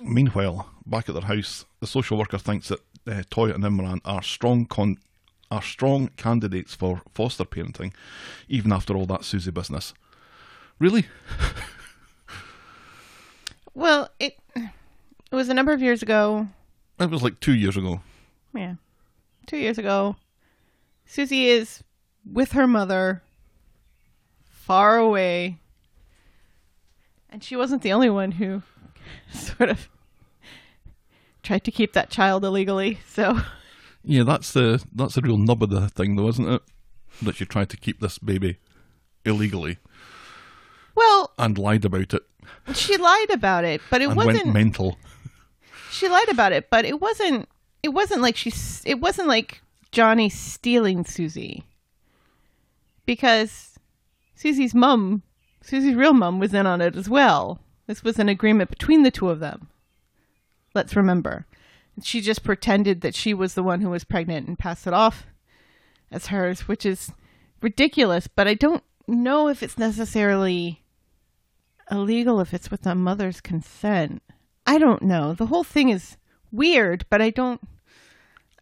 S3: Meanwhile, back at their house, the social worker thinks that uh, Toya and Imran are strong con- are strong candidates for foster parenting, even after all that Susie business. Really?
S4: Well, it it was a number of years ago.
S3: That was like two years ago.
S4: Yeah, two years ago. Susie is with her mother, far away, and she wasn't the only one who sort of tried to keep that child illegally. So,
S3: Yeah, that's the that's the real nub of the thing, though, isn't it? That she tried to keep this baby illegally
S4: well,
S3: and lied about it
S4: she lied about it, but it
S3: and
S4: wasn't.
S3: went mental.
S4: she lied about it, but it wasn't. It wasn't like she. s- It wasn't like Johnny stealing Susie, because Susie's mum, Susie's real mum, was in on it as well. This was an agreement between the two of them. Let's remember, she just pretended that she was the one who was pregnant and passed it off as hers, which is ridiculous. But I don't know if it's necessarily illegal if it's with a mother's consent. I don't know. The whole thing is weird, but I don't.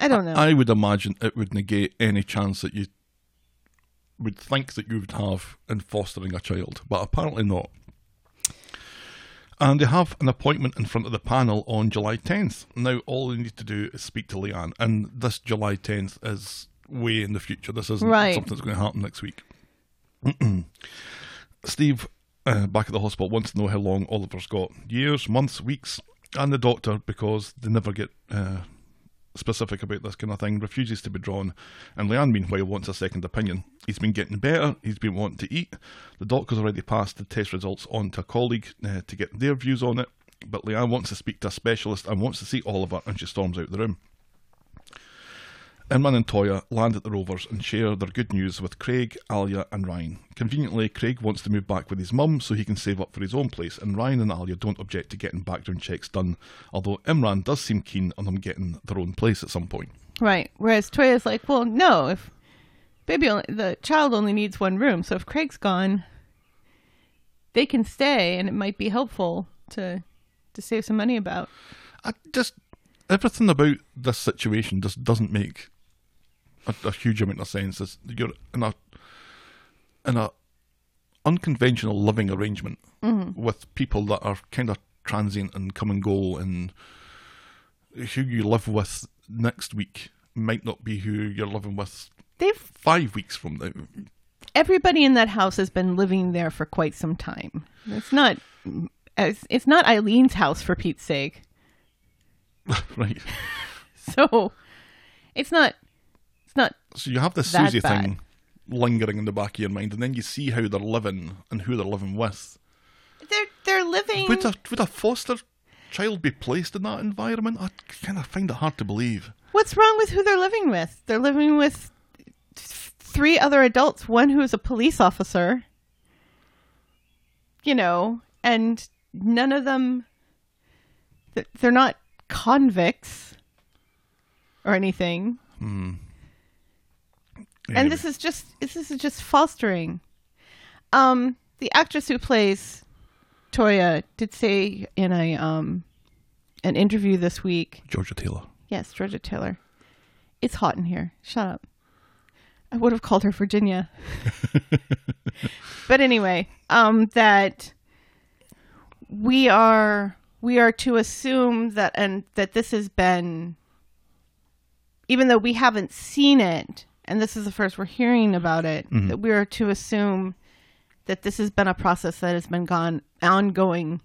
S4: I don't know.
S3: I would imagine it would negate any chance that you would think that you would have in fostering a child, but apparently not. And they have an appointment in front of the panel on July 10th. Now, all they need to do is speak to Leanne, and this July 10th is way in the future. This isn't
S4: Right.
S3: something that's going to happen next week. Steve, uh, back at the hospital, wants to know how long Oliver's got years, months, weeks, and the doctor, because they never get uh, specific about this kind of thing, refuses to be drawn, and Leanne, meanwhile, wants a second opinion. He's been getting better, he's been wanting to eat. The doctor's already passed the test results on to a colleague uh, to get their views on it, but Leanne wants to speak to a specialist and wants to see Oliver, and she storms out the room. Inman and Toya land at the Rovers and share their good news with Craig, Alia, and Ryan. Conveniently, Craig wants to move back with his mum so he can save up for his own place, and Ryan and Alia don't object to getting background checks done, although Imran does seem keen on them getting their own place at some point.
S4: right. Whereas Toya's like, well, no. If baby, only, the child only needs one room, so if Craig's gone, they can stay, and it might be helpful to to save some money about.
S3: I just everything about this situation just doesn't make a, a huge amount of sense. It's, you're in a in a unconventional living arrangement
S4: Mm-hmm.
S3: with people that are kind of transient and come and go, and who you live with next week might not be who you're living with
S4: They've
S3: five weeks from now.
S4: everybody in that house has been living there for quite some time. It's not it's, it's not Eileen's house for Pete's sake.
S3: right.
S4: So it's not it's not
S3: So you have this
S4: That
S3: Susie
S4: bad.
S3: thing lingering in the back of your mind, and then you see how they're living and who they're living with.
S4: they're they're living
S3: Would a would a foster child be placed in that environment? I kind of find it hard to believe.
S4: What's wrong with who they're living with? They're living with th- three other adults, one who is a police officer, you know, and none of them, th- they're not convicts or anything.
S3: Anyway,
S4: And this is just, this is just fostering. Um, the actress who plays Toya did say in a, um, an interview this week
S3: Georgia Taylor.
S4: Yes, Georgia Taylor. It's hot in here. Shut up. I would have called her Virginia. but anyway, um that we are we are to assume that and that this has been even though we haven't seen it and this is the first we're hearing about it that we are to assume that this has been a process that has been gone ongoing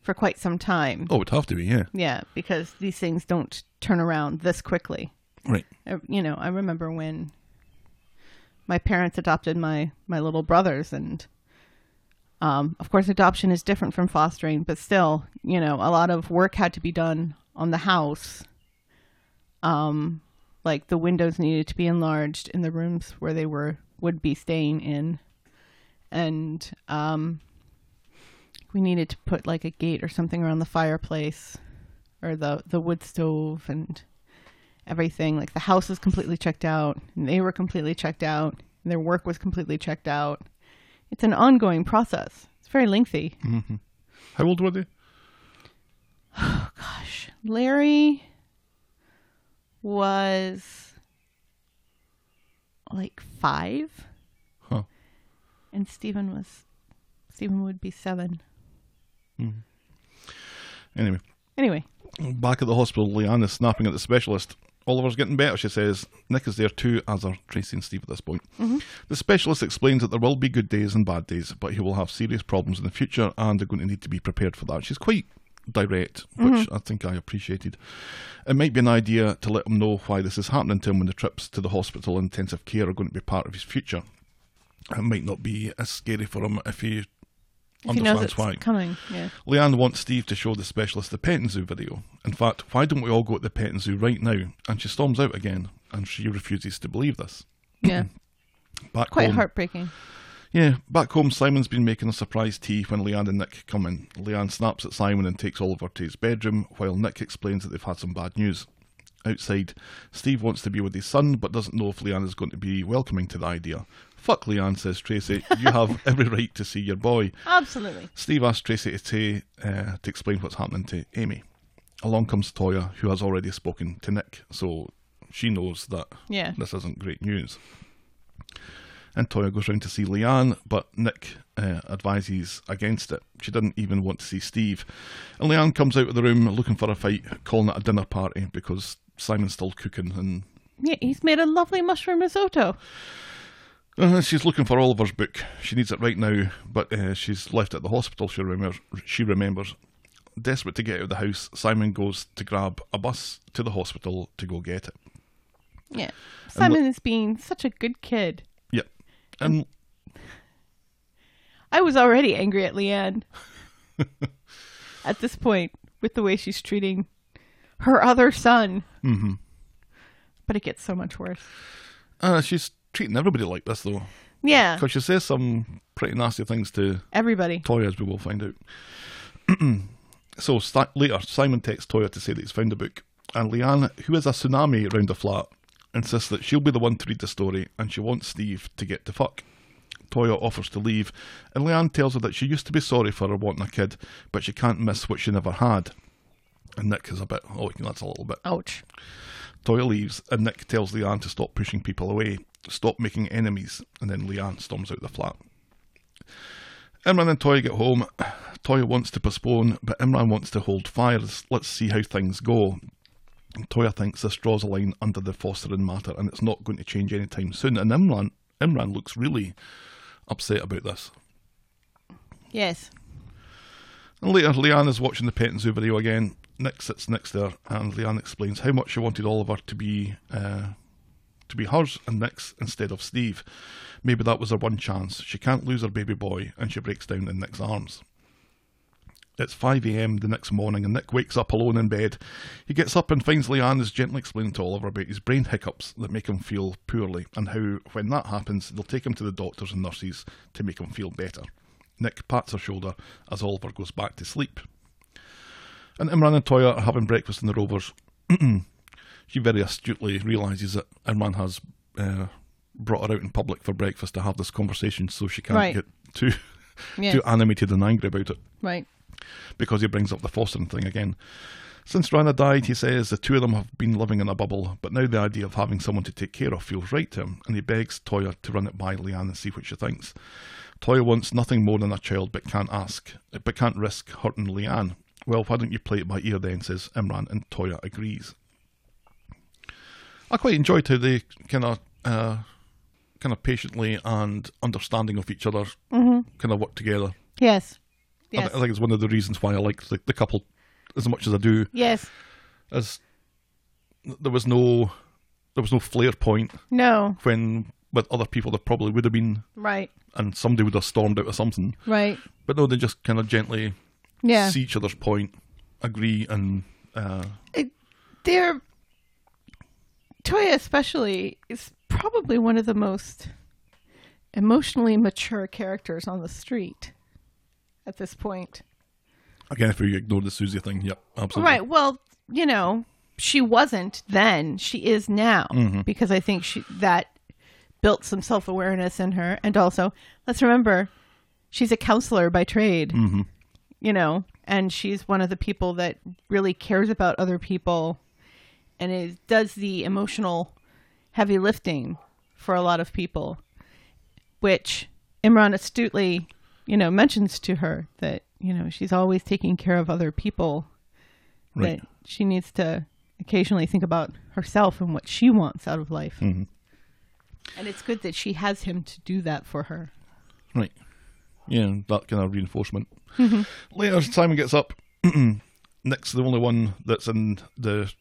S4: for quite some time.
S3: Oh, it'd have to be, yeah.
S4: Yeah, because these things don't turn around this quickly.
S3: Right.
S4: Uh, You know, I remember when my parents adopted my my little brothers, and um, of course, adoption is different from fostering, but still, you know, a lot of work had to be done on the house. Um, like the windows needed to be enlarged in the rooms where they were would be staying in, and um, we needed to put like a gate or something around the fireplace or the the wood stove and everything. Like the house was completely checked out, and they were completely checked out, and their work was completely checked out. It's an ongoing process. It's very lengthy.
S3: How old were they?
S4: Larry was like five,
S3: Huh.
S4: and Stephen was Stephen would be seven.
S3: Anyway,
S4: Anyway,
S3: back at the hospital, Leanne is snapping at the specialist. Oliver's getting better, she says. Nick is there too, as are Tracy and Steve at this point.
S4: Mm-hmm.
S3: The specialist explains that there will be good days and bad days, but he will have serious problems in the future and they're going to need to be prepared for that. She's quite direct, which
S4: Mm-hmm.
S3: I think I appreciated. It might be an idea to let him know why this is happening to him when the trips to the hospital and intensive care are going to be part of his future. It might not be as scary for him if he
S4: if he knows
S3: understands
S4: it's
S3: why.
S4: coming, yeah.
S3: Leanne wants Steve to show the specialist the petting zoo video. In fact, why don't we all go to the petting zoo right now? And she storms out again, and she refuses to believe this.
S4: Yeah,
S3: Back
S4: quite
S3: home,
S4: heartbreaking.
S3: yeah. Back home, Simon's been making a surprise tea when Leanne and Nick come in. Leanne snaps at Simon and takes Oliver to his bedroom, while Nick explains that they've had some bad news. Outside, Steve wants to be with his son, but doesn't know if Leanne is going to be welcoming to the idea. Fuck Leanne, says Tracy. You have every right to see your boy.
S4: Absolutely.
S3: Steve asks Tracy to, say, uh, to explain what's happening to Amy. Along comes Toya, who has already spoken to Nick, so she knows that
S4: Yeah.
S3: this isn't great news. And Toya goes round to see Leanne, but Nick uh, advises against it. She didn't even want to see Steve. And Leanne comes out of the room looking for a fight, calling it a dinner party because Simon's still cooking and
S4: Yeah, he's made a lovely mushroom risotto.
S3: Uh, she's looking for Oliver's book. She needs it right now, but uh, she's left at the hospital. She remembers. She remembers. Desperate to get out of the house, Simon goes to grab a bus to the hospital to go get it.
S4: Yeah.
S3: And
S4: Simon is being such a good kid.
S3: Yep. And
S4: I was already angry at Leanne at this point with the way she's treating her other son. Mm-hmm. But it gets so much worse.
S3: uh, she's treating everybody like this though,
S4: Yeah.
S3: because she says some pretty nasty things to
S4: Everybody.
S3: Toya, as we will find out. so sta later, Simon texts Toya to say that he's found a book, and Leanne, who is a tsunami round the flat, insists that she'll be the one to read the story, and she wants Steve to get to fuck. Toya offers to leave, and Leanne tells her that she used to be sorry for her wanting a kid, but she can't miss what she never had. And Nick is a bit, oh, that's a little bit.
S4: Ouch.
S3: Toya leaves, and Nick tells Leanne to stop pushing people away, stop making enemies, and then Leanne storms out the flat. Imran and Toya get home. Toya wants to postpone, but Imran wants to hold fire. Let's- Let's see how things go. And Toya thinks this draws a line under the fostering matter and it's not going to change anytime soon. And Imran, Imran looks really upset about this.
S4: Yes.
S3: And later, Leanne is watching the Pet and Zoo video again. Nick sits next to her, and Leanne explains how much she wanted Oliver to be uh, to be hers and Nick's instead of Steve. Maybe that was her one chance. She can't lose her baby boy, and she breaks down in Nick's arms. It's 5 a.m. the next morning, and Nick wakes up alone in bed. He gets up and finds Leanne is gently explaining to Oliver about his brain hiccups that make him feel poorly, and how, when that happens, they'll take him to the doctors and nurses to make him feel better. Nick pats her shoulder as Oliver goes back to sleep. And Imran and Toya are having breakfast in the Rovers. she very astutely realises that Imran has uh, brought her out in public for breakfast to have this conversation, so she can't
S4: Right.
S3: get too
S4: Yes.
S3: too animated and angry about it
S4: Right.
S3: because he brings up the fostering thing again. Since Rana died, he says the two of them have been living in a bubble, but now the idea of having someone to take care of feels right to him, and he begs Toya to run it by Leanne and see what she thinks. Toya wants nothing more than a child, but can't ask, but can't risk hurting Leanne. Well, why don't you play it by ear then? says Imran, and Toya agrees. I quite enjoyed how they kind of, uh, kind of patiently and understanding of each other, kind of work together.
S4: Yes.
S3: I,
S4: Yes.
S3: th- I think it's one of the reasons why I like the, the couple as much as I do.
S4: yes.
S3: As there was no there was no flare point
S4: No.
S3: when with other people there probably would have been,
S4: Right.
S3: and somebody would have stormed out of something.
S4: Right.
S3: But no, they just kind of gently
S4: Yeah.
S3: see each other's point, agree, and uh,
S4: it, they're Toya especially is probably one of the most emotionally mature characters on the street at this point.
S3: again, if you ignore the Susie thing, yep, absolutely.
S4: Right. Well, you know, she wasn't then. She is now because I think she that built some self awareness in her. And also, let's remember, she's a counselor by trade. You know, and she's one of the people that really cares about other people, and it does the emotional heavy lifting for a lot of people, which Imran astutely, you know, mentions to her that you know she's always taking care of other people
S3: Right.
S4: that she needs to occasionally think about herself and what she wants out of life.
S3: Mm-hmm.
S4: And it's good that she has him to do that for her.
S3: Right. Yeah, and that kind of reinforcement. Later, Simon gets up. Nick's the only one that's in the,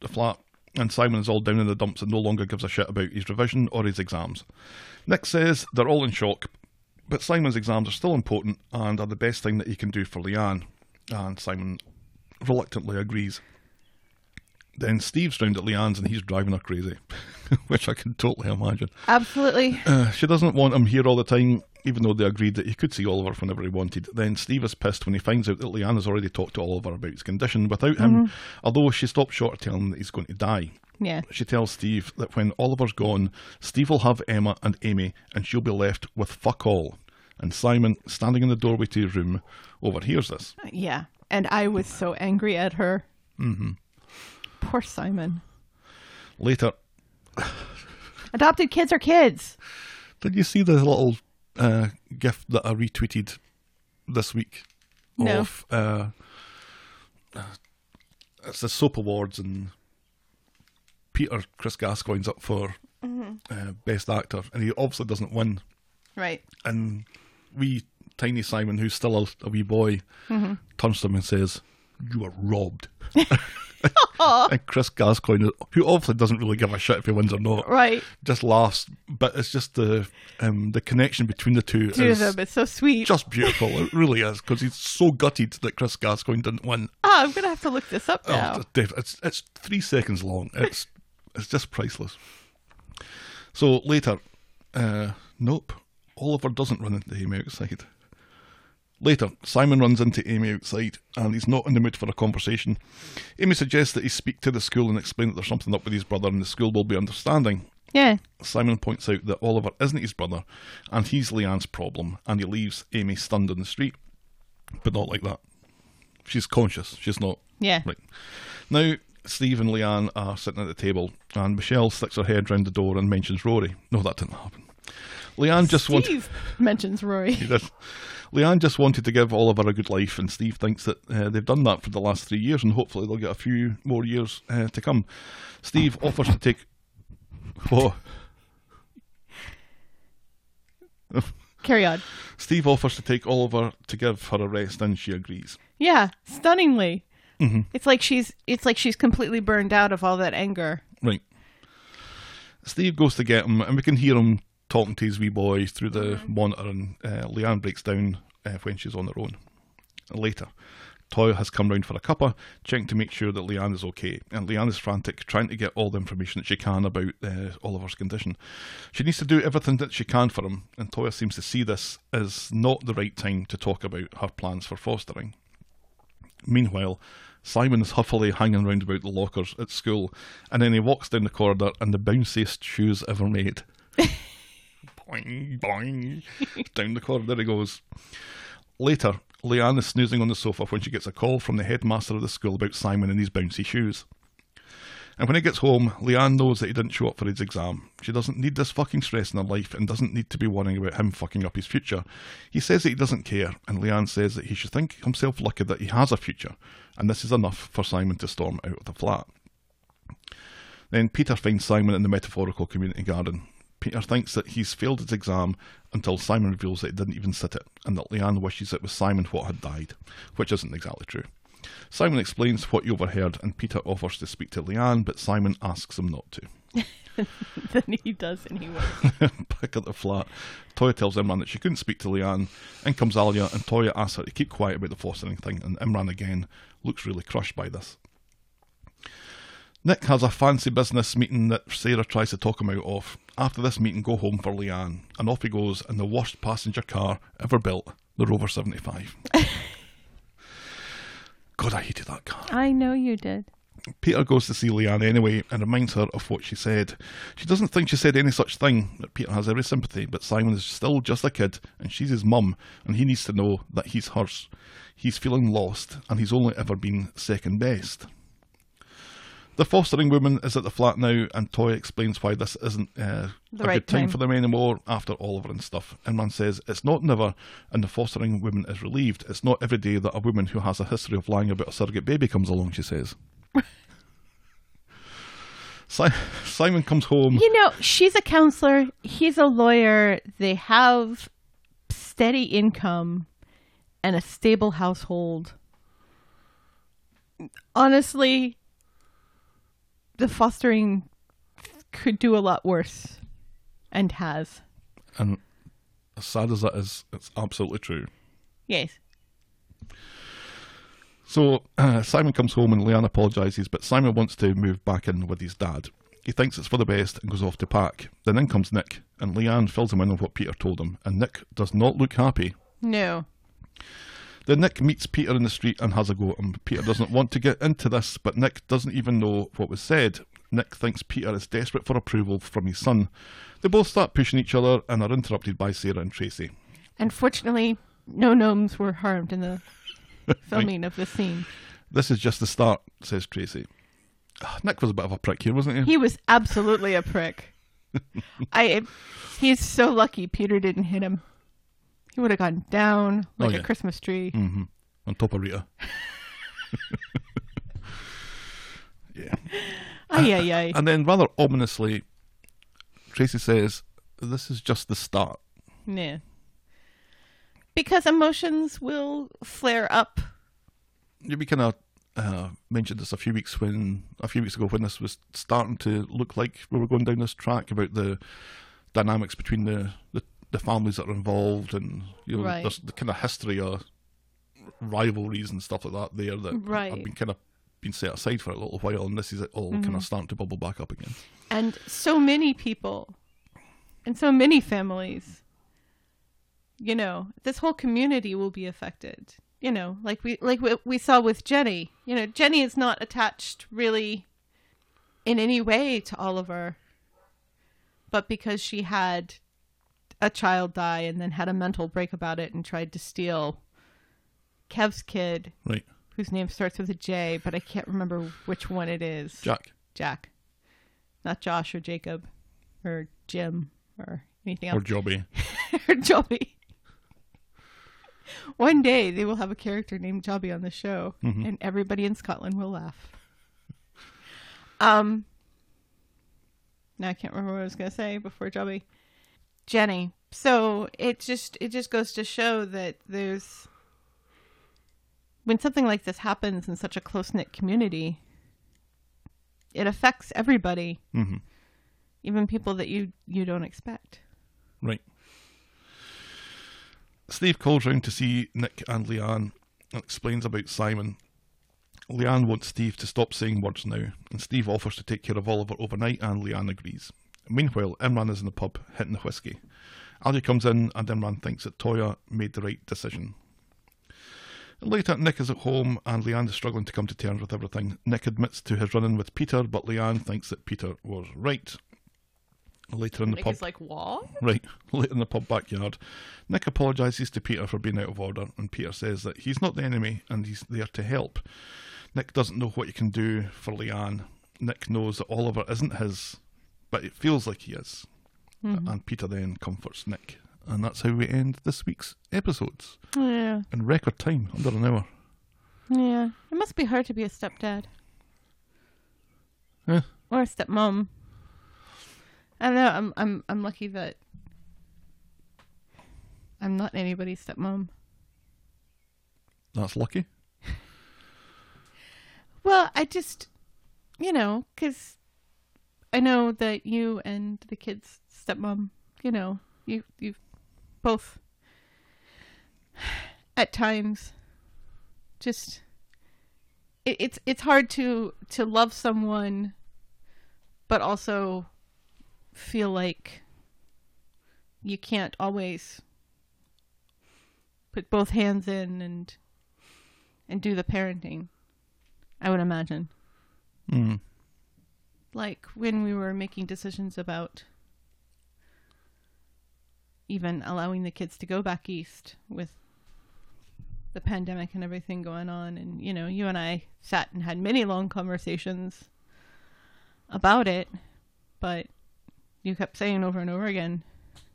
S3: the flat, and Simon is all down in the dumps and no longer gives a shit about his revision or his exams. Nick says they're all in shock, but Simon's exams are still important and are the best thing that he can do for Leanne, and Simon reluctantly agrees. Then Steve's round at Leanne's and he's driving her crazy, which I can totally imagine.
S4: Absolutely.
S3: Uh, she doesn't want him here all the time, even though they agreed that he could see Oliver whenever he wanted. Then Steve is pissed when he finds out that Leanne has already talked to Oliver about his condition without him, although she stops short of telling him that he's going to die.
S4: Yeah.
S3: She tells Steve that when Oliver's gone, Steve will have Emma and Amy, and she'll be left with fuck all. And Simon, standing in the doorway to his room, overhears this.
S4: Yeah. And I was so angry at her. Mm-hmm. Poor Simon.
S3: Later,
S4: Adopted kids are kids.
S3: did you see the little uh, gif that I retweeted this week
S4: No.
S3: of uh, it's the soap awards and Peter Chris Gascoigne's up for uh, best actor and he obviously doesn't win
S4: Right.
S3: and wee tiny Simon who's still a, a wee boy turns to him and says you were robbed and Chris Gascoigne who obviously doesn't really give a shit if he wins or not
S4: Right.
S3: just laughs. But it's just the um, the connection between the two
S4: Two of
S3: is
S4: them. It's so sweet.
S3: just beautiful. it really is because he's so gutted that Chris Gascoigne didn't win.
S4: oh, I'm going to have to look this up
S3: Oh,
S4: now.
S3: Dave, it's it's three seconds long. It's it's just priceless. So later, uh, nope. Oliver doesn't run into Amy outside. Later, Simon runs into Amy outside and he's not in the mood for a conversation. Amy suggests that he speak to the school and explain that there's something up with his brother and the school will be understanding.
S4: Yeah.
S3: Simon points out that Oliver isn't his brother and he's Leanne's problem, and he leaves Amy stunned in the street, but not like that. She's conscious, she's not.
S4: Yeah.
S3: Right. Now, Steve and Leanne are sitting at the table, and Michelle sticks her head round the door and mentions Rory. No, that didn't happen. Leanne just wanted.
S4: Steve mentions Rory.
S3: He did. Leanne just wanted to give Oliver a good life, and Steve thinks that uh, they've done that for the last three years, and hopefully they'll get a few more years uh, to come. Steve offers to take. Whoa.
S4: Carry on.
S3: Steve offers to take Oliver to give her a rest, and she agrees.
S4: Yeah, stunningly.
S3: Mm-hmm.
S4: It's like she's it's like she's completely burned out of all that anger.
S3: Right. Steve goes to get him, and we can hear him talking to his wee boy through the monitor, and uh, Leanne breaks down uh, when she's on her own. Later, Toy has come round for a cuppa, checking to make sure that Leanne is okay, and Leanne is frantic, trying to get all the information that she can about uh, Oliver's condition. She needs to do everything that she can for him, and Toya seems to see this as not the right time to talk about her plans for fostering. Meanwhile, Simon is huffily hanging round about the lockers at school, and then he walks down the corridor and the bounciest shoes ever made. boing, boing. down the corridor he goes. Later, Leanne is snoozing on the sofa when she gets a call from the headmaster of the school about Simon and his bouncy shoes. And when he gets home, Leanne knows that he didn't show up for his exam. She doesn't need this fucking stress in her life and doesn't need to be worrying about him fucking up his future. He says that he doesn't care, and Leanne says that he should think himself lucky that he has a future, and this is enough for Simon to storm out of the flat. Then Peter finds Simon in the metaphorical community garden. Peter thinks that he's failed his exam until Simon reveals that he didn't even sit it, and that Leanne wishes it was Simon what had died, which isn't exactly true. Simon explains what he overheard, and Peter offers to speak to Leanne, but Simon asks him not to.
S4: Then he does anyway.
S3: Back at the flat, Toya tells Imran that she couldn't speak to Leanne. In comes Alia, and Toya asks her to keep quiet about the fostering thing, and Imran again looks really crushed by this. Nick has a fancy business meeting that Sarah tries to talk him out of. After this meeting, go home for Leanne, and off he goes in the worst passenger car ever built, the Rover 75. God, I hated that car.
S4: I know you did.
S3: Peter goes to see Leanne anyway and reminds her of what she said. She doesn't think she said any such thing, but Peter has every sympathy. But Simon is still just a kid, and she's his mum, and he needs to know that he's hers. He's feeling lost, and he's only ever been second best. The fostering woman is at the flat now, and Toy explains why this isn't uh,
S4: The
S3: a
S4: right
S3: good time,
S4: time.
S3: for them anymore after Oliver and stuff. And man says it's not never, and the fostering woman is relieved. It's not every day that a woman who has a history of lying about a surrogate baby comes along. She says. Si- Simon comes home.
S4: You know, she's a counselor, he's a lawyer, they have steady income and a stable household. Honestly, the fostering could do a lot worse and has.
S3: And as sad as that is, it's absolutely true.
S4: Yes.
S3: So uh, Simon comes home and Leanne apologises, but Simon wants to move back in with his dad. He thinks it's for the best and goes off to pack. Then in comes Nick, and Leanne fills him in on what Peter told him, and Nick does not look happy.
S4: No.
S3: Then Nick meets Peter in the street and has a go at him. Peter doesn't want to get into this, but Nick doesn't even know what was said. Nick thinks Peter is desperate for approval from his son. They both start pushing each other and are interrupted by Sarah and Tracy.
S4: Unfortunately, no gnomes were harmed in the filming of the scene.
S3: This is just the start, says Tracy. Ah, Nick was a bit of a prick here, wasn't he?
S4: He was absolutely a prick. I he's so lucky Peter didn't hit him. He would have gone down like
S3: Oh, yeah.
S4: a Christmas tree.
S3: On top of Rita. yeah.
S4: Ay ay ay.
S3: And then, rather ominously, Tracy says, This is just the start.
S4: Yeah. Because emotions will flare up.
S3: Yeah, We kind of uh, mentioned this a few weeks when a few weeks ago when this was starting to look like we were going down this track about the dynamics between the, the, the families that are involved and you know
S4: Right.
S3: there's the kind of history of rivalries and stuff like that there that
S4: Right. Mm-hmm.
S3: have been kind of been set aside for a little while and this is it all kind of starting to bubble back up again.
S4: And so many people and so many families, you know, this whole community will be affected. You know, like we like we, we saw with Jenny. You know, Jenny is not attached really in any way to Oliver. but because she had a child die and then had a mental break about it and tried to steal Kev's kid,
S3: Right.
S4: whose name starts with a J, but I can't remember which one it is.
S3: Jack.
S4: Jack. Not Josh or Jacob or Jim or anything
S3: Or
S4: else.
S3: Jobby.
S4: Or Jobby. One day they will have a character named Jobby on the show
S3: Mm-hmm.
S4: and everybody in Scotland will laugh. Um now I can't remember what I was gonna say before Jobby. Jenny. So it just it just goes to show that there's when something like this happens in such a close knit community, it affects everybody,
S3: Mhm.
S4: even people that you you don't expect.
S3: Right. Steve calls round to see Nick and Leanne and explains about Simon. Leanne wants Steve to stop saying words now, and Steve offers to take care of Oliver overnight, and Leanne agrees. Meanwhile, Imran is in the pub, hitting the whiskey. Ali comes in, and Imran thinks that Toya made the right decision. Later, Nick is at home, and Leanne is struggling to come to terms with everything. Nick admits to his run in with Peter, but Leanne thinks that Peter was right. Later in the pub.
S4: like, "Wall."
S3: Right, late in the pub backyard, Nick apologises to Peter for being out of order, and Peter says that he's not the enemy and he's there to help. Nick doesn't know what he can do for Leanne. Nick knows that Oliver isn't his, but it feels like he is. And Peter then comforts Nick. And that's how we end this week's episodes
S4: Yeah,
S3: in record time, under an hour.
S4: yeah. It must be hard to be a stepdad
S3: Yeah.
S4: or a stepmom. I don't know. I'm I'm I'm lucky that I'm not anybody's stepmom.
S3: That's lucky.
S4: Well, I just, you know, because I know that you and the kid's stepmom, you know, you you both at times just it, it's it's hard to to love someone, but also feel like you can't always put both hands in and and do the parenting. I would imagine.
S3: Mm.
S4: Like when we were making decisions about even allowing the kids to go back east with the pandemic and everything going on. And, you know, you and I sat and had many long conversations about it, but you kept saying over and over again,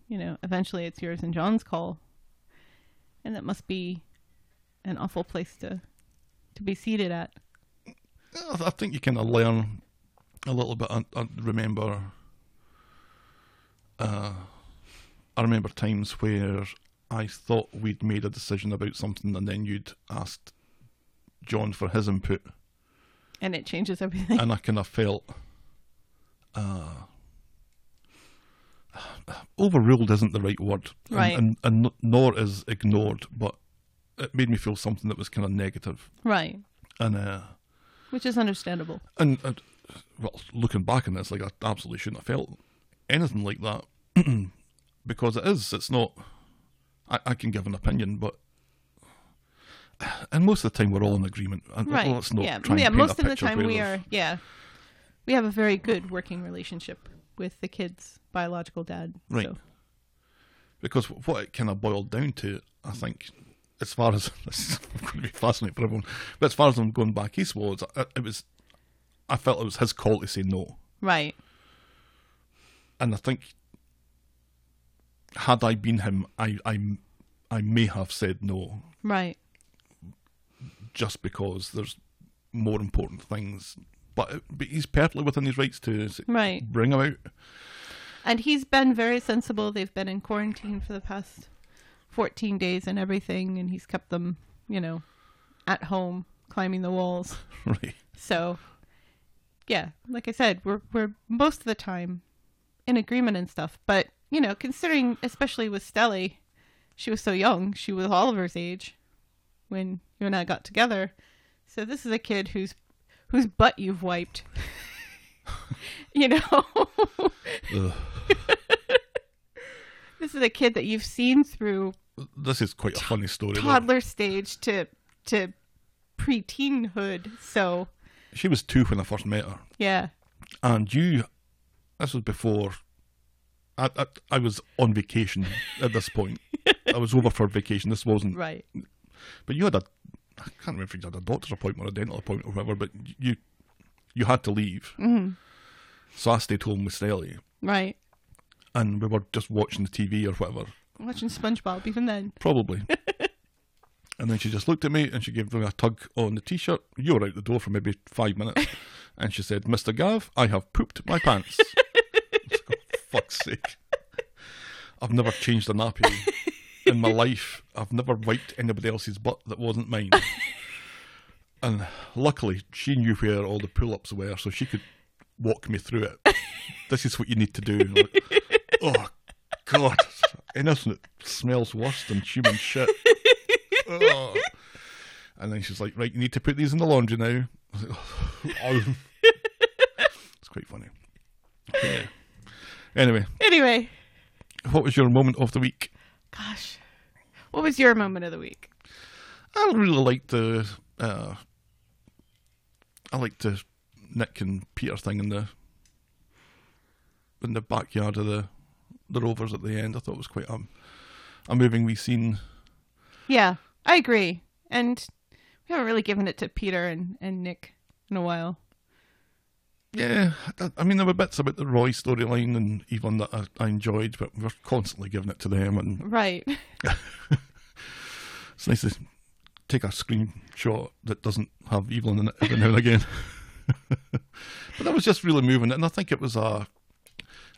S4: you know, eventually it's yours and John's call. And that must be an awful place to to be seated at.
S3: I I think you kind of learn a little bit. I, I remember, uh, I remember times where I thought we'd made a decision about something, and then you'd asked John for his input,
S4: And it changes everything.
S3: and I kind of felt uh, overruled isn't the right word, and-
S4: Right.
S3: and, and, nor is ignored, but it made me feel something that was kind of negative,
S4: Right.
S3: and. Uh,
S4: Which is understandable.
S3: And, and well, looking back on this, like I absolutely shouldn't have felt anything like that because it is. It's not. I, I can give an opinion, but and most of the time we're all in agreement. And
S4: Right.
S3: let's not
S4: yeah.
S3: try and
S4: yeah.
S3: paint
S4: Most
S3: a
S4: of the
S3: picture
S4: time
S3: where
S4: we
S3: there's-
S4: are. Yeah. We have a very good working relationship with the kid's biological dad.
S3: Right.
S4: So.
S3: because what it kind of boiled down to, I think, as far as this is going to be fascinating for everyone, but as far as I'm going back east was, it, it was. I felt it was his call to say no.
S4: Right.
S3: and I think had I been him, I I I may have said no
S4: Right.
S3: just because there's more important things. But, but he's perfectly within his rights to s-
S4: Right.
S3: bring him out.
S4: And he's been very sensible. They've been in quarantine for the past 14 days and everything, and he's kept them, you know, at home climbing the walls.
S3: Right.
S4: So, yeah, like I said, we're we're most of the time in agreement and stuff. But you know, considering especially with Stelly, she was so young. She was Oliver's age when you and I got together. So this is a kid whose whose butt you've wiped. you know,
S3: Ugh.
S4: this is a kid that you've seen through
S3: This is quite a funny story. though.
S4: toddler stage to to preteenhood. So
S3: She was two when I first met her,
S4: yeah,
S3: and you. This was before I, I, I was on vacation at this point. I was over for vacation. This wasn't.
S4: Right.
S3: But you had a, I can't remember if you had a doctor's appointment or a dental appointment or whatever. But you, you had to leave. So I stayed home with Stelly,
S4: Right.
S3: and we were just watching the TV or whatever,
S4: Watching SpongeBob even then.
S3: probably. and then she just looked at me and she gave me a tug on the t-shirt. You were out the door for maybe five minutes, and she said, "Mr. Gav, I have pooped my pants." oh, fuck's sake! I've never changed a nappy in my life. I've never wiped anybody else's butt that wasn't mine. And luckily, she knew where all the pull-ups were, so she could walk me through it. this is what you need to do. And I'm like, oh God! Anything that smells worse than human shit. Oh. And then she's like, "Right, you need to put these in the laundry now." I was like, oh. it's quite funny. But yeah. Anyway,
S4: Anyway,
S3: what was your moment of the week?
S4: gosh, what was your moment of the week?
S3: I really liked the, uh, I liked the Nick and Peter thing in the in the backyard of the the Rovers at the end. I thought it was quite um, a moving wee scene.
S4: Yeah, I agree. And we haven't really given it to Peter and, and Nick in a while.
S3: Yeah, I- I mean there were bits about the Roy storyline and Yvonne that I, I enjoyed, but we're constantly giving it to them, and
S4: Right.
S3: it's nice to take a screenshot that doesn't have Evelyn in it every now and again. but that was just really moving, and I think it was a,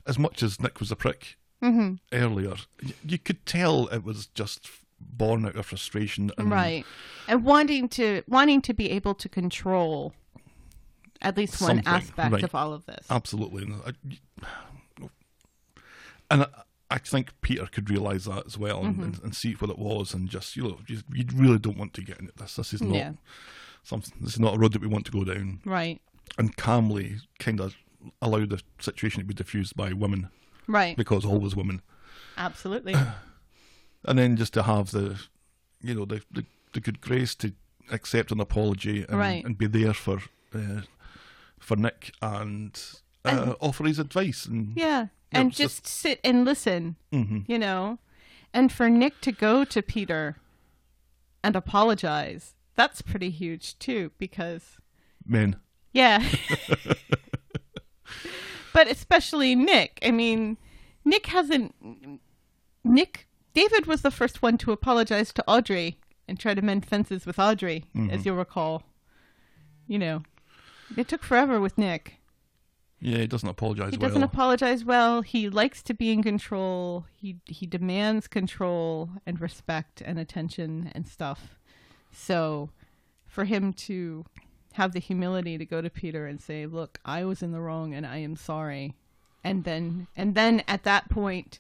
S3: as much as Nick was a prick earlier, y- you could tell it was just born out of frustration and
S4: right. And wanting to wanting to be able to control at least one
S3: Something,
S4: aspect
S3: right. Um,
S4: of all of this.
S3: Absolutely, and I, and I, I think Peter could realise that as well,
S4: Mm-hmm.
S3: and, and, and see what it was, and just you know, you, you really don't want to get into this. This is not
S4: Yeah.
S3: something. This is not a road that we want to go down.
S4: Right.
S3: And calmly, kind of allow the situation to be diffused by women
S4: Right.
S3: because always women,
S4: Absolutely.
S3: and then just to have the, you know, the the, the good grace to accept an apology and,
S4: Right.
S3: and be there for uh, for Nick and. Uh, offer his advice and
S4: Yeah. And
S3: it's just-
S4: just sit and listen,
S3: Mm-hmm.
S4: you know? And for Nick to go to Peter and apologize, that's pretty huge too, because,
S3: men.
S4: yeah. but especially Nick. I mean, Nick hasn't. Nick. David was the first one to apologize to Audrey and try to mend fences with Audrey, as you'll recall. You know, it took forever with Nick.
S3: Yeah, he doesn't apologise
S4: He
S3: well.
S4: doesn't apologize well. He likes to be in control. He he demands control and respect and attention and stuff. So for him to have the humility to go to Peter and say, "Look, I was in the wrong and I am sorry." And then and then at that point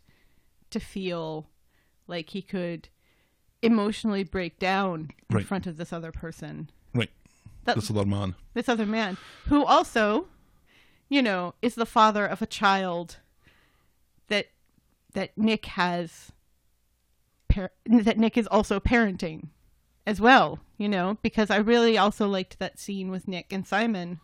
S4: to feel like he could emotionally break down in
S3: Right.
S4: front of this other person.
S3: right,
S4: That,
S3: this other man.
S4: this other man who also you know is the father of a child that that Nick has par- that Nick is also parenting as well you know because I really also liked that scene with Nick and Simon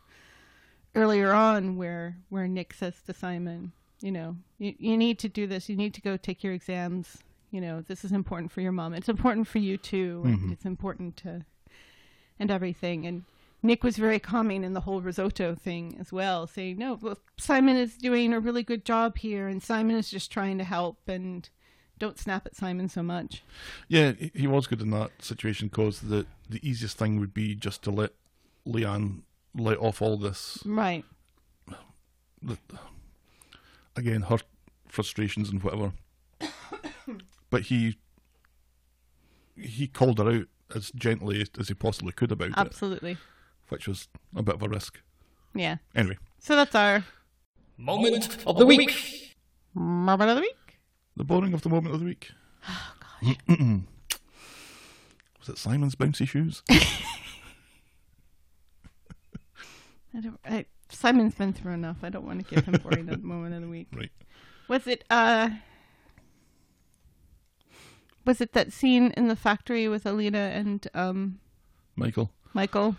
S4: earlier on where where Nick says to Simon you know you, you need to do this you need to go take your exams you know this is important for your mom it's important for you too and it's important to and everything. And Nick was very calming in the whole risotto thing as well, saying, "No, well, Simon is doing a really good job here, and Simon is just trying to help, and don't snap at Simon so much."
S3: Yeah, he- he was good in that situation because the the easiest thing would be just to let Leanne let off all this
S4: Right.
S3: again her frustrations and whatever. but he he called her out as gently as he possibly could about it,
S4: Absolutely.
S3: which was a bit of a risk.
S4: Yeah.
S3: Anyway,
S4: So that's our
S5: Moment of the week.
S4: moment of the week.
S3: the boring of the moment of the week.
S4: Oh,
S3: was it Simon's bouncy shoes?
S4: I don't, I, Simon's been through enough. I don't want to give him boring of the moment of the week.
S3: right.
S4: Was it uh was it that scene in the factory with Alita and um
S3: Michael.
S4: Michael.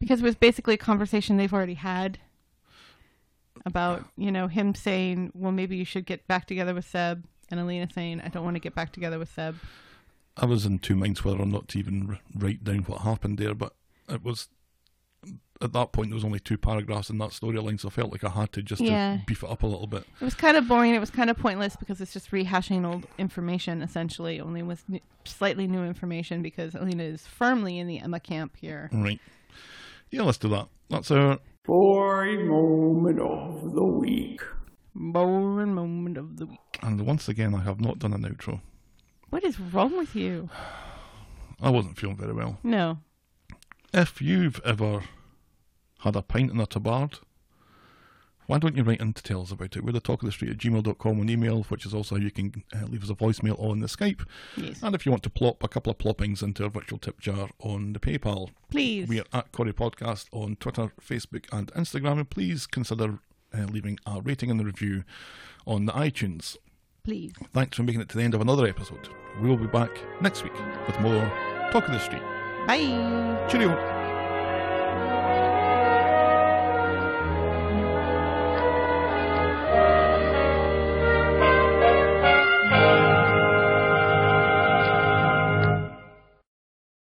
S4: Because it was basically a conversation they've already had about you know him saying, "Well, maybe you should get back together with Seb," and Alina saying, "I don't want to get back together with Seb."
S3: I was in two minds whether or not to even r- write down what happened there, but it was at that point there was only two paragraphs in that storyline, so I felt like I had to just
S4: Yeah.
S3: to beef it up a little bit.
S4: It was kind of boring. It was kind of pointless because it's just rehashing old information, essentially, only with n- slightly new information because Alina is firmly in the Emma camp here.
S3: Right. Yeah, let's do that. That's our
S6: For a moment of the week.
S4: Boring moment of the week.
S3: and once again I have not done an outro.
S4: What is wrong with you?
S3: I wasn't feeling very well.
S4: No.
S3: If you've ever had a pint in a tabard, why don't you write in to tell us about it? We're the talk of the street at gmail.com on email, which is also how you can uh, leave us a voicemail on the Skype.
S4: Yes.
S3: And if you want to plop a couple of ploppings into our virtual tip jar on the PayPal,
S4: Please.
S3: we are at Corey Podcast on Twitter, Facebook, and Instagram. And please consider uh, leaving a rating and a review on the iTunes.
S4: Please.
S3: Thanks for making it to the end of another episode. We will be back next week with more Talk of the Street.
S4: Bye.
S3: Cheerio.